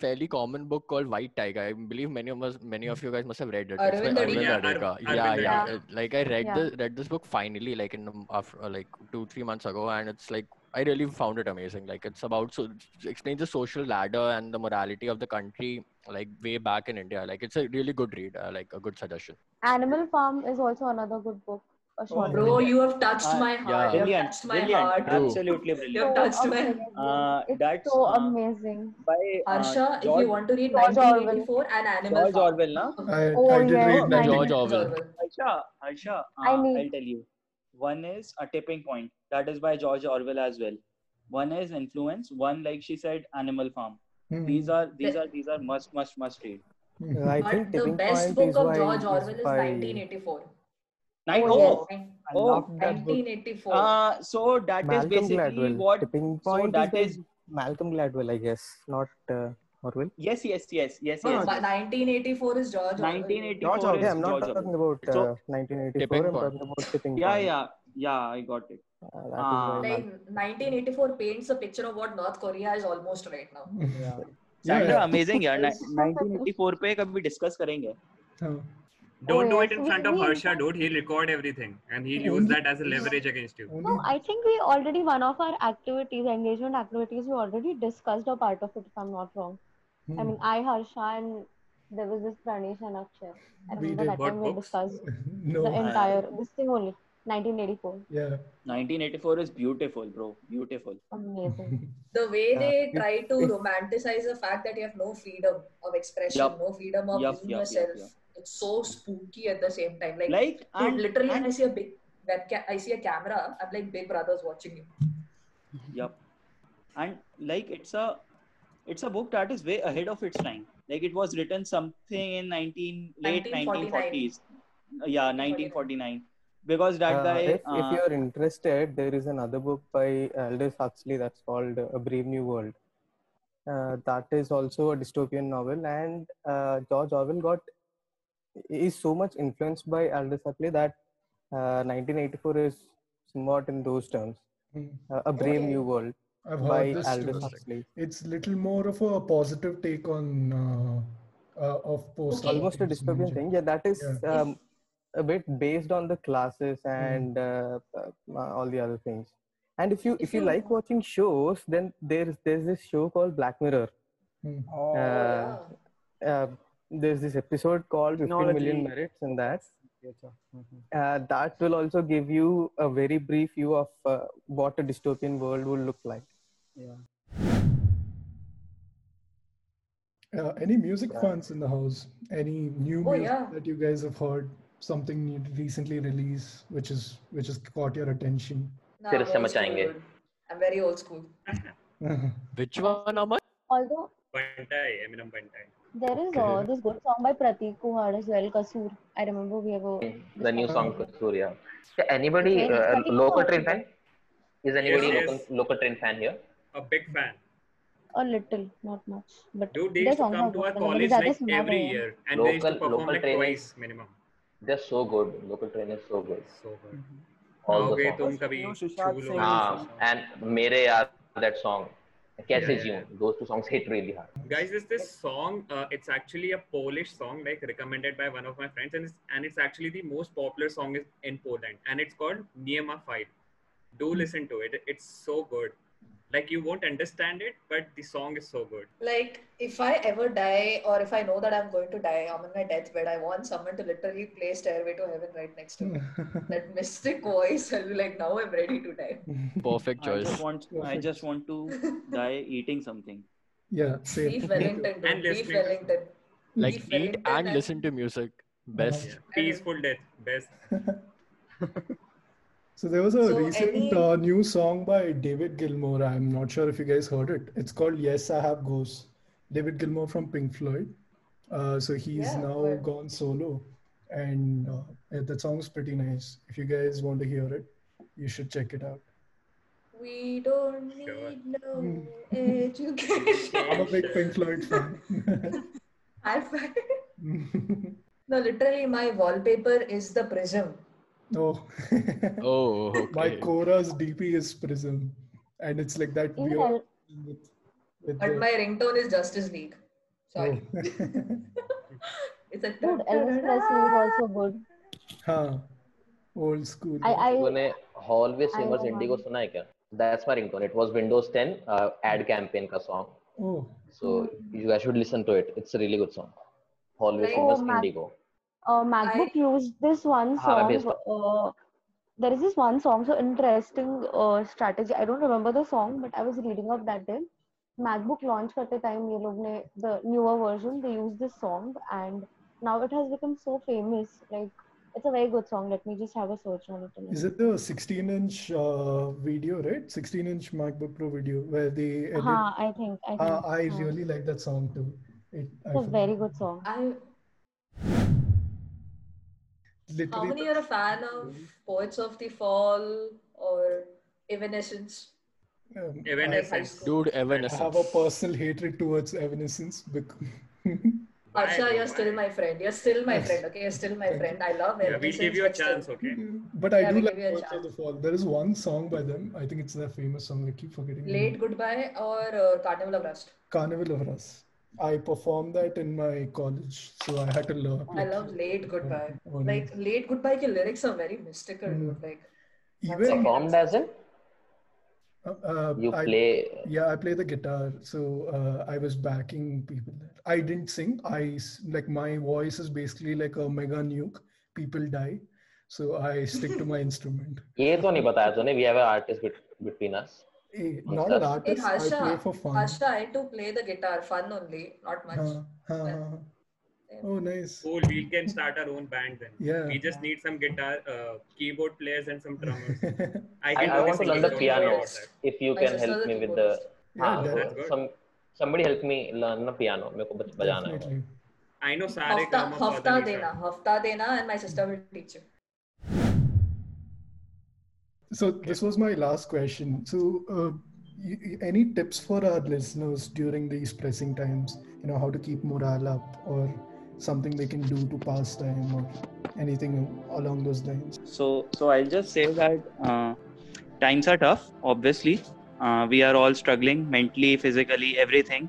Speaker 4: fairly common book called White Tiger. I believe many of us, many of you guys must have read it. It's by
Speaker 3: Arvind Adiga.
Speaker 4: Arvind
Speaker 3: Yeah,
Speaker 4: Adiga.
Speaker 3: Arv-
Speaker 4: yeah,
Speaker 3: Arvind
Speaker 4: yeah.
Speaker 3: Adiga.
Speaker 4: Uh, Like I read
Speaker 3: Yeah.
Speaker 4: this read this book finally, like in um, after uh, like two three months ago, and it's like I really found it amazing. Like it's about so it explains the social ladder and the morality of the country, like way back in India. Like it's a really good read, uh, like a good suggestion.
Speaker 10: Animal Farm is also another good book. A short
Speaker 3: Bro,
Speaker 10: read.
Speaker 3: you have touched
Speaker 8: Oh, Uh,
Speaker 3: my heart. You have
Speaker 8: Brilliant.
Speaker 3: touched my
Speaker 8: Brilliant.
Speaker 3: heart.
Speaker 8: Absolutely
Speaker 3: You have
Speaker 8: brilliant.
Speaker 3: touched my
Speaker 10: amazing.
Speaker 8: Uh, that's
Speaker 10: so
Speaker 8: uh,
Speaker 10: amazing.
Speaker 8: by uh,
Speaker 3: Harsha, if
Speaker 8: George-
Speaker 3: you want to read
Speaker 10: George Orwell.
Speaker 3: 1984 and Animal
Speaker 8: George
Speaker 3: Farm.
Speaker 8: Orwell, na?
Speaker 1: I,
Speaker 10: Oh,
Speaker 1: I did
Speaker 10: yes,
Speaker 1: read
Speaker 10: my-
Speaker 4: George
Speaker 3: George
Speaker 4: Orwell.
Speaker 3: Orwell.
Speaker 8: Aisha, Aisha,
Speaker 10: I
Speaker 8: uh,
Speaker 10: need-
Speaker 8: I'll tell you. One is a tipping point. That is by George Orwell as well. One is influence. One, like she said, Animal Farm.
Speaker 1: Hmm.
Speaker 8: These are these are these are must must must read.
Speaker 2: Uh, I
Speaker 3: But
Speaker 2: think
Speaker 3: the
Speaker 2: tipping
Speaker 3: best
Speaker 2: point
Speaker 3: book
Speaker 2: is
Speaker 3: of
Speaker 2: why
Speaker 3: George
Speaker 2: it
Speaker 3: Orwell is
Speaker 2: by-
Speaker 3: 1984.
Speaker 8: Nine
Speaker 3: Oh,
Speaker 8: oh, oh,
Speaker 6: Love that book.
Speaker 3: 1984.
Speaker 8: uh, so that is
Speaker 2: Malcolm
Speaker 8: basically
Speaker 2: Gladwell.
Speaker 8: what.
Speaker 2: Tipping
Speaker 8: So
Speaker 2: point
Speaker 8: that
Speaker 2: by
Speaker 8: is
Speaker 2: Malcolm Gladwell, I guess, not uh, Orwell.
Speaker 8: yes, yes, yes, yes,
Speaker 3: No,
Speaker 8: yes.
Speaker 3: but 1984 is George Orwell.
Speaker 8: 1984 is
Speaker 2: yeah, I'm not
Speaker 8: George
Speaker 2: talking
Speaker 8: Orwell.
Speaker 2: about uh,
Speaker 8: So-
Speaker 2: 1984. I'm
Speaker 4: point.
Speaker 2: talking about tipping
Speaker 8: Yeah,
Speaker 2: point.
Speaker 8: yeah, yeah. I got it.
Speaker 2: Uh, that is
Speaker 8: Ah.
Speaker 2: why
Speaker 3: Like
Speaker 2: Malcolm-
Speaker 3: 1984 paints a picture of what North Korea is almost right now.
Speaker 1: Yeah.
Speaker 8: Sandra
Speaker 1: Yeah.
Speaker 8: Amazing यार 1984 पे कभी discuss करेंगे
Speaker 1: Huh.
Speaker 7: Don't
Speaker 10: Oh,
Speaker 7: do
Speaker 10: yes.
Speaker 7: it in
Speaker 10: We-
Speaker 7: front of
Speaker 10: we-
Speaker 7: Harsha, dude. He'll record everything and
Speaker 10: Oh,
Speaker 7: he'll use that as a leverage against you.
Speaker 1: Only
Speaker 10: No, I think we already one of our activities, engagement activities, we already discussed a part of it. If I'm not wrong, I mean, I Harsha and there was this Pranesh and Akshay. I
Speaker 1: We
Speaker 10: remember
Speaker 1: did.
Speaker 10: that
Speaker 7: What
Speaker 10: time we
Speaker 7: books?
Speaker 10: discussed the
Speaker 1: no.
Speaker 10: entire this thing only 1984.
Speaker 1: Yeah.
Speaker 8: 1984 is beautiful bro beautiful
Speaker 10: Amazing.
Speaker 3: The way
Speaker 2: Yeah.
Speaker 3: they try to
Speaker 2: It's-
Speaker 3: romanticize the fact that you have no freedom of expression,
Speaker 8: Yup.
Speaker 3: no freedom of
Speaker 8: Yup,
Speaker 3: being
Speaker 8: yup, yup,
Speaker 3: yourself.
Speaker 8: yup.
Speaker 3: It's so spooky at the same time. Like,
Speaker 8: like
Speaker 3: dude,
Speaker 8: and,
Speaker 3: literally, when I
Speaker 8: and
Speaker 3: see a big webcam, I see a camera, I'm like Big Brother's watching you.
Speaker 8: Yep. And like it's a it's a book that is way ahead of its time. Like it was written something in 19 late 1940s. Yeah, 1949. Because that
Speaker 2: Uh,
Speaker 8: guy.
Speaker 2: if,
Speaker 8: uh,
Speaker 2: if you're interested, there is another book by Aldous Huxley that's called A Brave New World. Uh, that is also a dystopian novel, and uh, George Orwell got is so much influenced by Aldous Huxley that uh, 1984 is somewhat in those terms. Uh, a Brave New World
Speaker 1: Hmm. I've heard
Speaker 2: by
Speaker 1: this
Speaker 2: Aldous
Speaker 1: too.
Speaker 2: Huxley.
Speaker 1: It's little more of a positive take on uh, uh, of post.
Speaker 2: It's almost a dystopian thing. Yeah, that is um, a bit based on the classes and uh, uh, all the other things. And if you if you like watching shows, then there's there's this show called Black Mirror.
Speaker 6: Oh,
Speaker 2: Uh, uh, there's this episode called 15 million
Speaker 6: Technology.
Speaker 2: merits and that
Speaker 6: Mhm.
Speaker 2: uh, that will also give you a very brief view of uh, what a dystopian world will look like
Speaker 6: Yeah.
Speaker 1: Uh, any music fans in the house? Any new
Speaker 3: Oh,
Speaker 1: music
Speaker 3: yeah.
Speaker 1: that you guys have heard? Something new- recently released, which is which has caught your attention?
Speaker 3: Nah, I'm old school, dude. I'm very old school.
Speaker 4: Which one, Aman?
Speaker 10: Although
Speaker 7: Bandai, Eminem Bandai.
Speaker 10: there is uh,
Speaker 4: Okay.
Speaker 10: this good song by Pratik Kuhar as well, Kasur. I remember we have a
Speaker 12: The new song
Speaker 14: Uh-huh.
Speaker 12: Surya. So anybody
Speaker 10: Okay,
Speaker 12: uh,
Speaker 10: Pratik
Speaker 12: local
Speaker 10: Kumar.
Speaker 12: train fan? Is anybody
Speaker 7: Yes,
Speaker 12: local, local train fan here?
Speaker 7: A big fan.
Speaker 10: a little, not much, but
Speaker 7: Dude, they
Speaker 10: their
Speaker 7: used to
Speaker 10: songs
Speaker 7: come
Speaker 10: are
Speaker 7: to our
Speaker 10: good. Remember,
Speaker 7: college
Speaker 10: Radhe
Speaker 7: like
Speaker 10: Sinha
Speaker 7: every
Speaker 10: bhai.
Speaker 7: year, and they used to
Speaker 12: Local-
Speaker 7: perform
Speaker 12: local
Speaker 7: like
Speaker 12: trainers.
Speaker 7: twice minimum.
Speaker 12: They're so good. Local train is so good.
Speaker 7: So good.
Speaker 12: All the
Speaker 7: Ahoge
Speaker 12: songs.
Speaker 7: tum kabhi chhu lo.
Speaker 12: Ah, and Mere Yaar, that song. Kaise
Speaker 7: Yeah.
Speaker 12: Jiyon, those two songs hit really hard.
Speaker 7: Guys, there's this song. Uh, it's actually a Polish song, like recommended by one of my friends, and it's, and it's actually the most popular song is- in Poland, and it's called Niema Five. Do listen to it. It's so good. Like you won't understand it, but the song is so good.
Speaker 3: Like, if I ever die, or if I know that I'm going to die, I'm on my deathbed, I want someone to literally play Stairway to Heaven right next to me. that mystic voice, I'll be like, now I'm ready to die.
Speaker 4: Perfect
Speaker 8: I
Speaker 4: choice.
Speaker 8: just want I just want to die eating something.
Speaker 1: Yeah,
Speaker 3: Beef Wellington, dude.
Speaker 8: And
Speaker 3: Beef
Speaker 8: listening to-
Speaker 3: Wellington.
Speaker 4: Like
Speaker 3: Beef
Speaker 4: eat
Speaker 3: Wellington
Speaker 4: and listen to music. Best.
Speaker 7: Peaceful death, best.
Speaker 1: So there was a
Speaker 3: So
Speaker 1: recent
Speaker 3: any-
Speaker 1: uh, new song by David Gilmour. I'm not sure if you guys heard it. It's called Yes, I Have Ghosts. David Gilmour from Pink Floyd. Uh, so he's
Speaker 3: Yeah,
Speaker 1: now
Speaker 3: good.
Speaker 1: gone solo, and uh, that song's pretty nice. If you guys want to hear it, you should check it out.
Speaker 3: We don't need
Speaker 1: Hmm.
Speaker 3: no education.
Speaker 1: I'm a big Pink Floyd fan.
Speaker 3: I find- no, literally, my wallpaper is the prism.
Speaker 1: No,
Speaker 4: Oh,
Speaker 1: my Cora's DP is Prism, and it's like that
Speaker 3: Even
Speaker 1: weird.
Speaker 3: I'll-
Speaker 1: with- with
Speaker 3: But
Speaker 1: the-
Speaker 3: my ringtone is Justice League. Sorry. it's a
Speaker 10: Dude, Elvis Presley is also good.
Speaker 1: हाँ, old school.
Speaker 10: I, I
Speaker 12: तूने Hallway Swimmers
Speaker 10: I-
Speaker 12: Indigo सुना है क्या? That's my ringtone. It was Windows 10 uh,
Speaker 10: Hmm.
Speaker 12: ad campaign का song.
Speaker 1: Oh,
Speaker 12: So you guys should listen to it. It's a really good song. Hallway
Speaker 10: Like-
Speaker 12: Swimmers
Speaker 10: Hmm. Oh, Mac-
Speaker 12: Indigo.
Speaker 10: uh, MacBook used this one
Speaker 12: हाँ, मैं
Speaker 10: song.
Speaker 12: भेजता
Speaker 10: Uh, there is this one song, so interesting uh, strategy. I don't remember the song, but I was reading up that day. MacBook launch करते time ये लोग ने the newer version they used this song and now it has become so famous. Like it's a very good song. Let me just have a search on it. and
Speaker 1: Is it the 16 inch uh, video, right? 16 inch MacBook Pro video where they edit.
Speaker 10: हाँ, I think I
Speaker 1: Ah,
Speaker 10: think
Speaker 1: I
Speaker 10: हाँ.
Speaker 1: really like that song too. It, I
Speaker 10: It's a
Speaker 1: feel-
Speaker 10: very good song.
Speaker 3: I, how
Speaker 1: literally,
Speaker 3: many are a fan of Poets of the Fall or Evanescence?
Speaker 1: um,
Speaker 7: Evanescence.
Speaker 4: Dude,
Speaker 1: I
Speaker 4: Evanescence.
Speaker 1: have a personal hatred towards Evanescence because
Speaker 3: Harsha, you're still my friend. You're still my friend. Okay, you're still my friend. I love
Speaker 7: Yeah, we'll
Speaker 3: Evanescence.
Speaker 7: give you a
Speaker 3: but still-
Speaker 7: chance, okay?
Speaker 1: But I
Speaker 3: Yeah,
Speaker 1: do
Speaker 3: we'll
Speaker 1: like
Speaker 3: give you a
Speaker 1: Poets of the Fall. There is one song by them. I think it's their famous song. I keep forgetting. the name.
Speaker 3: Late Goodbye or uh, Carnival of Rust.
Speaker 1: Carnival of Rust. I performed that in my college, so I had to learn.
Speaker 3: I love Late Goodbye.
Speaker 1: Oh, Hmm. no.
Speaker 3: Like Late Goodbye के lyrics are very mystical. dude. Like
Speaker 1: Even
Speaker 12: Performed as in?
Speaker 1: Uh, uh,
Speaker 12: You
Speaker 1: I,
Speaker 12: play-
Speaker 1: Yeah, I play the guitar, so uh, I was backing people. There. I didn't sing. I s- like my voice is basically like a mega nuke. People die, so I stick to my instrument.
Speaker 12: ये तो नहीं बताया तूने. We have an artist bet- between us.
Speaker 1: Eh, not
Speaker 12: Discuss.
Speaker 1: an
Speaker 3: Hey,
Speaker 1: artist. I play
Speaker 3: Harsha,
Speaker 1: for fun.
Speaker 3: Harsha, I too play the guitar, fun only, not much.
Speaker 1: Huh, huh, huh.
Speaker 3: Eh, Okay.
Speaker 1: Oh, nice.
Speaker 7: Cool. We can start our own band then.
Speaker 1: Yeah.
Speaker 7: We just need some guitar, uh, keyboard players, and some drummers.
Speaker 12: I,
Speaker 7: can
Speaker 12: I
Speaker 7: do
Speaker 12: want to
Speaker 7: this
Speaker 12: learn the
Speaker 7: keyboard
Speaker 12: piano.
Speaker 7: players.
Speaker 12: If you
Speaker 7: My
Speaker 12: can
Speaker 7: sister
Speaker 12: help
Speaker 7: is a
Speaker 12: me with the
Speaker 7: keyboardist.
Speaker 12: हाँ,
Speaker 7: Yeah, that's good.
Speaker 12: some somebody help me learn the piano. मेरे को बज- बजाना है
Speaker 7: I know Sare
Speaker 3: हफ्ता
Speaker 7: Gama
Speaker 3: हफ्ता देना हफ्ता देना and my sister will teach you
Speaker 1: So this was my last question. So, uh, y- y- any tips for our listeners during these pressing times? You know, how to keep morale up, or something they can do to pass time, or anything along those lines.
Speaker 8: So, so I'll just say that uh, times are tough. Obviously, uh, we are all struggling mentally, physically, everything,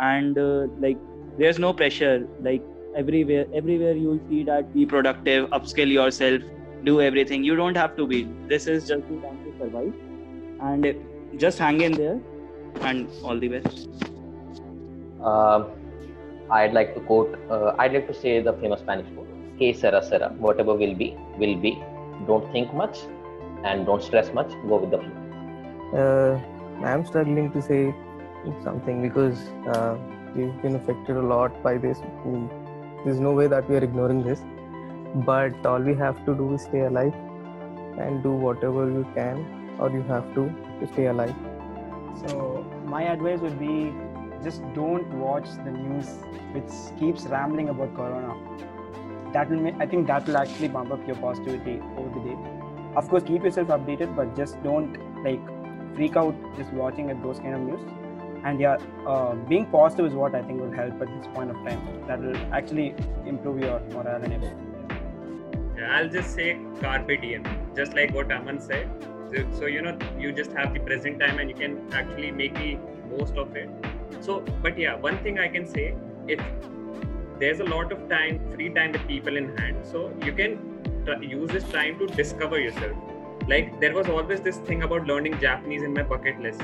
Speaker 8: and uh, like there's no pressure. Like everywhere, everywhere you'll see that be productive, upskill yourself, do everything. You don't have to be. This is just the time to survive, and uh, just hang in there, and all the best.
Speaker 12: Um, I'd like to quote. Uh, I'd like to say the famous Spanish quote: "Que será será. Whatever will be, will be. Don't think much, and don't stress much. Go with the flow."
Speaker 2: Uh, I'm struggling to say something because uh, we've been affected a lot by this. There's no way that we are ignoring this, but all we have to do is stay alive and do whatever you can or you have to to stay alive.
Speaker 6: So my advice would be just don't watch the news which keeps rambling about corona. That will make, I think that will actually bump up your positivity over the day. Of course, keep yourself updated, but just don't like freak out just watching at those kind of news. And yeah, uh, being positive is what I think will help at this point of time. That will actually improve your morale and everything.
Speaker 7: Yeah, I'll just say carpe diem, just like what Aman said. So, so, you know, you just have the present time and you can actually make the most of it. So, but yeah, one thing I can say, if there's a lot of time, free time with people in hand, so you can tr- use this time to discover yourself. Like there was always this thing about learning Japanese in my bucket list,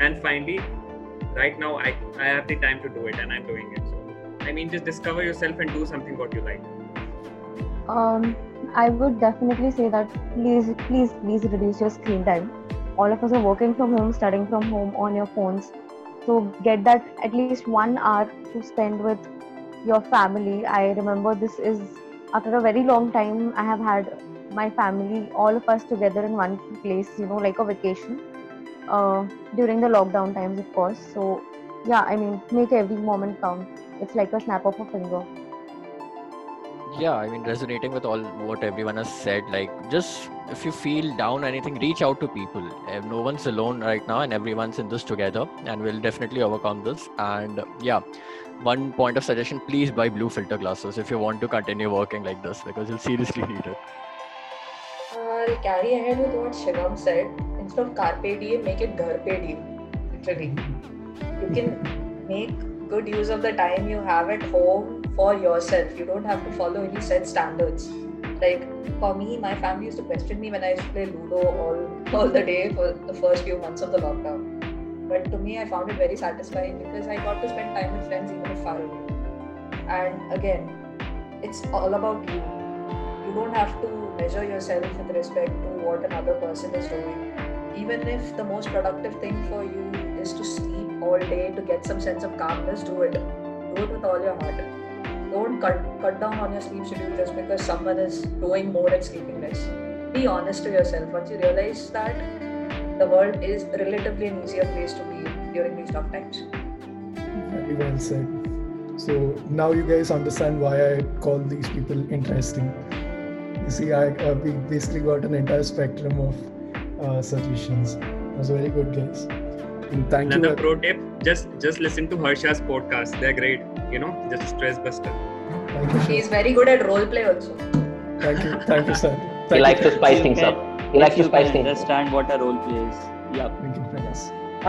Speaker 7: and finally, right now I I have the time to do it and I'm doing it. So, I mean, just discover yourself and do something what you like.
Speaker 10: Um, I would definitely say that please, please, please reduce your screen time. All of us are working from home, studying from home on your phones. So get that at least one hour to spend with your family. I remember this is after a very long time I have had my family, all of us together in one place, you know, like a vacation uh, during the lockdown times, of course. So, yeah, I mean, make every moment count. It's like a snap of a finger.
Speaker 4: yeah i mean resonating with all what everyone has said like just if you feel down or anything reach out to people Eh, no one's alone right now and everyone's in this together and we'll definitely overcome this and uh, yeah one point of suggestion please buy blue filter glasses if you want to continue working like this because you'll seriously need it
Speaker 3: I'll Uh, carry ahead with what Shigam said. Instead of carpe diem, make it garpe diem. Literally, you can make good use of the time you have at home for yourself. You don't have to follow any set standards. Like for me, my family used to question me when I used to play Ludo all all the day for the first few months of the lockdown. But to me, I found it very satisfying because I got to spend time with friends even if far away. And again, it's all about you. You don't have to measure yourself with respect to what another person is doing. Even if the most productive thing for you is to sleep all day to get some sense of calmness, do it. Do it with all your heart. Don't cut, cut down on your sleep schedule just because someone is doing more and sleeping less. Be honest to yourself. Once you realize that the world is relatively an easier place to be during these tough times.
Speaker 1: Very well said. So now you guys understand why I call these people interesting. You see, I uh, we basically got an entire spectrum of uh, suggestions. That was very good, guys. And thank
Speaker 7: Another
Speaker 1: you.
Speaker 7: pro tip: just just listen to Harsha's podcast. They're great. You know, just stress buster.
Speaker 3: He is very good at role play also.
Speaker 1: Thank you. Thank you, sir.
Speaker 12: He likes to spice
Speaker 8: You
Speaker 12: things
Speaker 8: can-
Speaker 12: up. He likes
Speaker 8: you
Speaker 12: to spice
Speaker 8: can
Speaker 12: things up.
Speaker 8: Understand what a role play is.
Speaker 1: Yeah.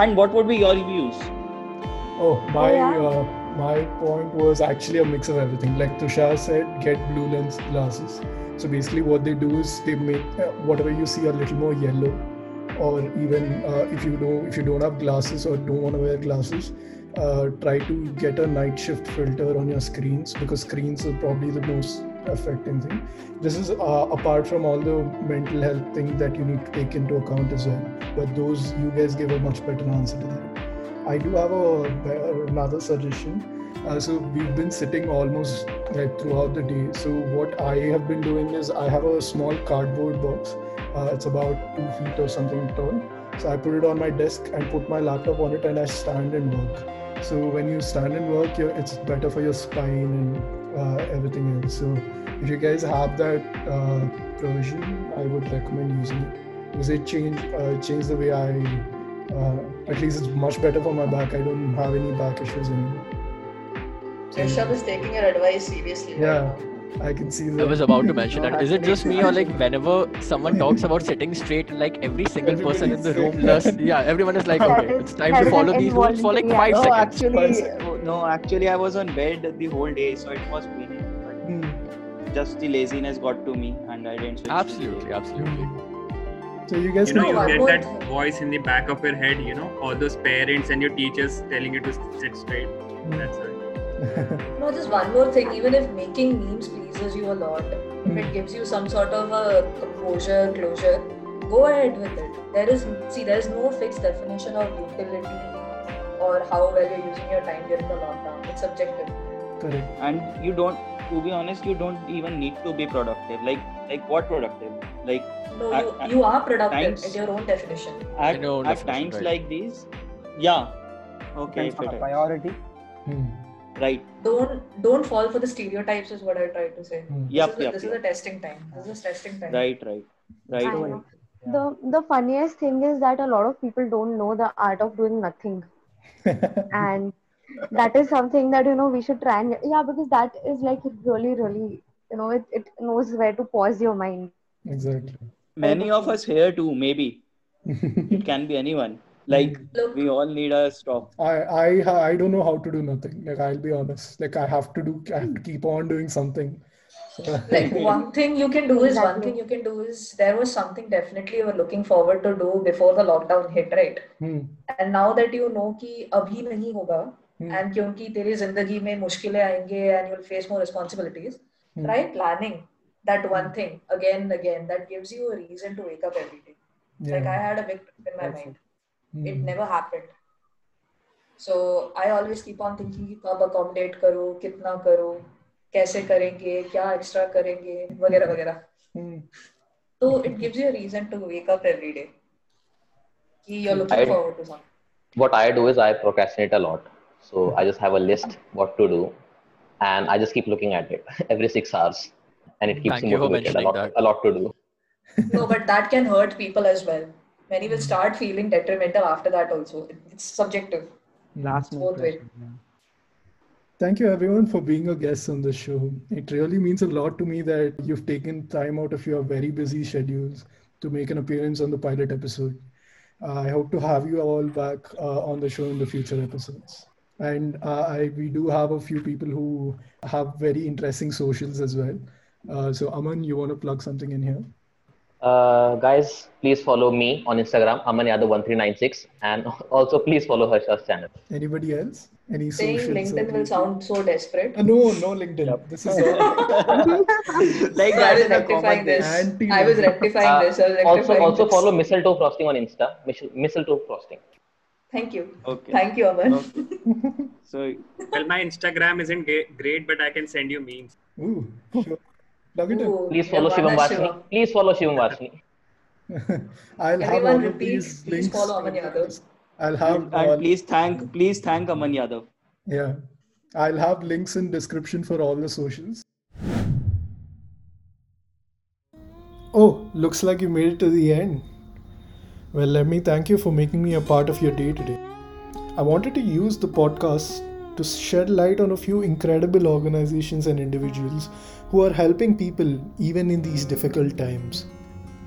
Speaker 8: And what would be your views?
Speaker 1: Oh, my
Speaker 8: Oh, yeah.
Speaker 1: uh, my point was actually a mix of everything. Like Tushar said, get blue lens glasses. So basically, what they do is they make uh, whatever you see a little more yellow, or even uh, if you don't if you don't have glasses or don't want to wear glasses, uh, try to get a night shift filter on your screens because screens are probably the most affecting thing. This is uh, apart from all the mental health thing that you need to take into account as well. But those you guys gave a much better answer to that. I do have a, uh, another suggestion. Uh, so we've been sitting almost like throughout the day. So what I have been doing is I have a small cardboard box. Uh, it's about two feet or something tall. So I put it on my desk and put my laptop on it, and I stand and work. So when you stand and work, it's better for your spine and uh, everything else. So if you guys have that uh, version, I would recommend using it because it changed uh, changed the way I. Uh, at least it's much better for my back. I don't have any back issues anymore.
Speaker 16: Rishabh is taking your advice seriously.
Speaker 1: Yeah, I can see that.
Speaker 4: I was about to mention that. Is it just me or like whenever someone talks about sitting straight, like every single person in the room, just, yeah, everyone is like, okay, it's time to follow these rules for like five
Speaker 1: Oh,
Speaker 15: no,
Speaker 4: seconds.
Speaker 8: Oh,
Speaker 15: Actually, no, actually, I was on bed the whole day, so it was painful. But hmm. just the laziness got to me, and I didn't.
Speaker 4: Absolutely, absolutely.
Speaker 1: So you guys
Speaker 7: you know, you get that voice in the back of your head, you know, all those parents and your teachers telling you to sit straight. Hmm. That's it.
Speaker 3: no, just one more thing. Even if making memes pleases you a lot, if
Speaker 15: Hmm.
Speaker 3: it gives you some sort of a composure, closure, go ahead with it. There is see, there is no fixed definition of utility or how well you're using your time during the lockdown. It's subjective.
Speaker 1: Correct.
Speaker 15: And you don't, to be honest, you don't even need to be productive. Like, like what productive? Like
Speaker 3: no, at, you, at you are productive times, at your own definition.
Speaker 15: At, at definition, times right. like these, yeah. Okay.
Speaker 6: Priority.
Speaker 15: Hmm right
Speaker 3: don't don't fall for the stereotypes is what i tried to say mm.
Speaker 15: yep,
Speaker 3: this, is,
Speaker 15: yep,
Speaker 3: this
Speaker 15: yep.
Speaker 3: is a testing time this is testing time
Speaker 15: right right right, right.
Speaker 10: Yeah. the the funniest thing is that a lot of people don't know the art of doing nothing and that is something that you know we should try and yeah because that is like really really you know it, it knows where to pause your mind
Speaker 1: exactly
Speaker 15: many of us here too maybe it can be anyone like Look, we all need a stop
Speaker 1: I, I i don't know how to do nothing like i'll be honest like i have to do i have to keep on doing something
Speaker 3: like one thing you can do is one thing you can do is there was something definitely you were looking forward to do before the lockdown hit right
Speaker 1: hmm.
Speaker 3: and now that you know ki abhi nahi hoga hmm. and क्योंकि तेरी जिंदगी में मुश्किलें आएंगे and you'll face more responsibilities hmm. try planning that one thing again and again that gives you a reason to wake up every day yeah. like i had a big in my That's mind it. it
Speaker 1: Mm-hmm. hmm.
Speaker 3: never happened so i always keep on thinking कि कब accommodate करो कितना करो कैसे करेंगे क्या extra करेंगे वगैरह वगैरह
Speaker 1: Mm-hmm.
Speaker 3: तो it gives you a reason to wake up every day कि you're looking I, forward to something
Speaker 12: what i do is i procrastinate a lot so i just have a list what to do and i just keep looking at it every 6 hours and it keeps
Speaker 4: Thank
Speaker 12: me motivated a lot,
Speaker 4: that.
Speaker 12: a lot to do
Speaker 3: no but that can hurt people as well many will start feeling detrimental after that also it's subjective
Speaker 6: last
Speaker 3: both way yeah.
Speaker 1: thank you everyone for being a guest on the show it really means a lot to me that you've taken time out of your very busy schedules to make an appearance on the pilot episode uh, i hope to have you all back uh, on the show in the future episodes and uh, I, we do have a few people who have very interesting socials as well Uh, so aman you want to plug something in here
Speaker 12: uh, guys, please follow me on Instagram, Amanyada1396, and also please follow Harsha's channel.
Speaker 1: Anybody else? Any
Speaker 3: Saying
Speaker 1: social
Speaker 3: LinkedIn
Speaker 1: circle?
Speaker 3: will sound so desperate.
Speaker 1: Uh, no, no LinkedIn. Yep. This is all.
Speaker 15: like
Speaker 3: so
Speaker 15: that
Speaker 3: I
Speaker 15: is
Speaker 3: was
Speaker 15: a
Speaker 3: rectifying
Speaker 15: common
Speaker 3: this.
Speaker 1: Anti-
Speaker 3: I was rectifying
Speaker 12: Uh,
Speaker 3: this. I was
Speaker 12: also,
Speaker 3: rectifying
Speaker 12: also
Speaker 3: this.
Speaker 12: follow Mistletoe Frosting on Insta. Mistle- Mistletoe Frosting.
Speaker 3: Thank you.
Speaker 15: Okay.
Speaker 3: Thank you, Aman.
Speaker 15: Okay. So,
Speaker 7: well my instagram isn't ga- great but i can send you memes
Speaker 1: Ooh, sure. Plug it in.
Speaker 3: Ooh,
Speaker 12: Please follow Shivam
Speaker 3: Nirvana
Speaker 12: Vashni. Please follow Shivam Vashni.
Speaker 1: I'll have
Speaker 3: Everyone
Speaker 1: all of
Speaker 3: repeat,
Speaker 1: these
Speaker 3: please
Speaker 1: links.
Speaker 3: follow Aman Yadav.
Speaker 1: I'll
Speaker 15: and,
Speaker 1: have all,
Speaker 15: and please thank, please thank Aman Yadav.
Speaker 1: yeah, I'll have links in description for all the socials. Oh, looks like you made it to the end. Well, let me thank you for making me a part of your day today. I wanted to use the podcast to shed light on a few incredible organizations and individuals who are helping people even in these difficult times.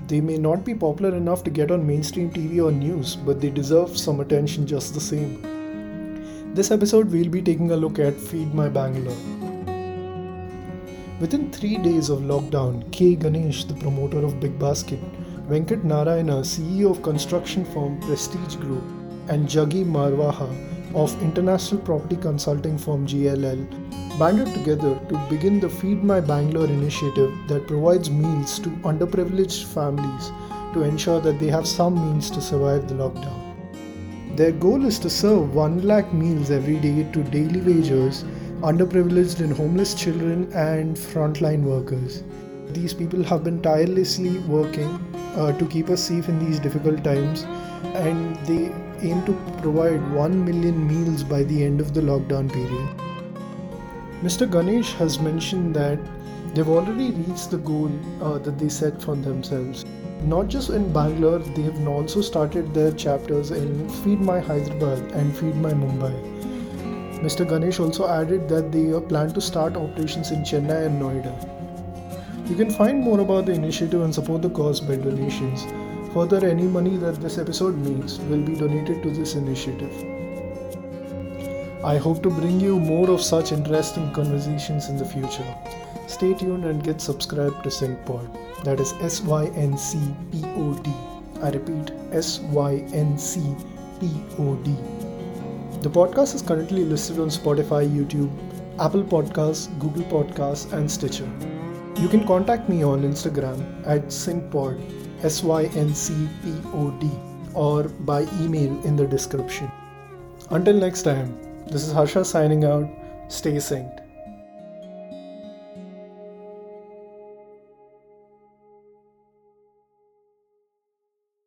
Speaker 1: They may not be popular enough to get on mainstream TV or news, but they deserve some attention just the same. This episode, we'll be taking a look at Feed My Bangalore. Within three days of lockdown, K. Ganesh, the promoter of Big Basket, Venkat Narayana, CEO of construction firm Prestige Group, and Jagi Marwaha, of international property consulting firm GLL banded together to begin the Feed My Bangalore initiative that provides meals to underprivileged families to ensure that they have some means to survive the lockdown. Their goal is to serve 1 lakh meals every day to daily wagers underprivileged and homeless children, and frontline workers. These people have been tirelessly working uh, to keep us safe in these difficult times, and they aim to provide 1 million meals by the end of the lockdown period. Mr. Ganesh has mentioned that they've already reached the goal uh, that they set for themselves. Not just in Bangalore, they've also started their chapters in Feed My Hyderabad and Feed My Mumbai. Mr. Ganesh also added that they plan to start operations in Chennai and Noida. You can find more about the initiative and support the cause by donations. Further, any money that this episode makes will be donated to this initiative. I hope to bring you more of such interesting conversations in the future. Stay tuned and get subscribed to SyncPod. That is S Y N C P O D. I repeat, S Y N C P O D. The podcast is currently listed on Spotify, YouTube, Apple Podcasts, Google Podcasts, and Stitcher. You can contact me on Instagram at SyncPod, S Y N C P O D, or by email in the description. Until next time, this is Harsha signing out. Stay synced.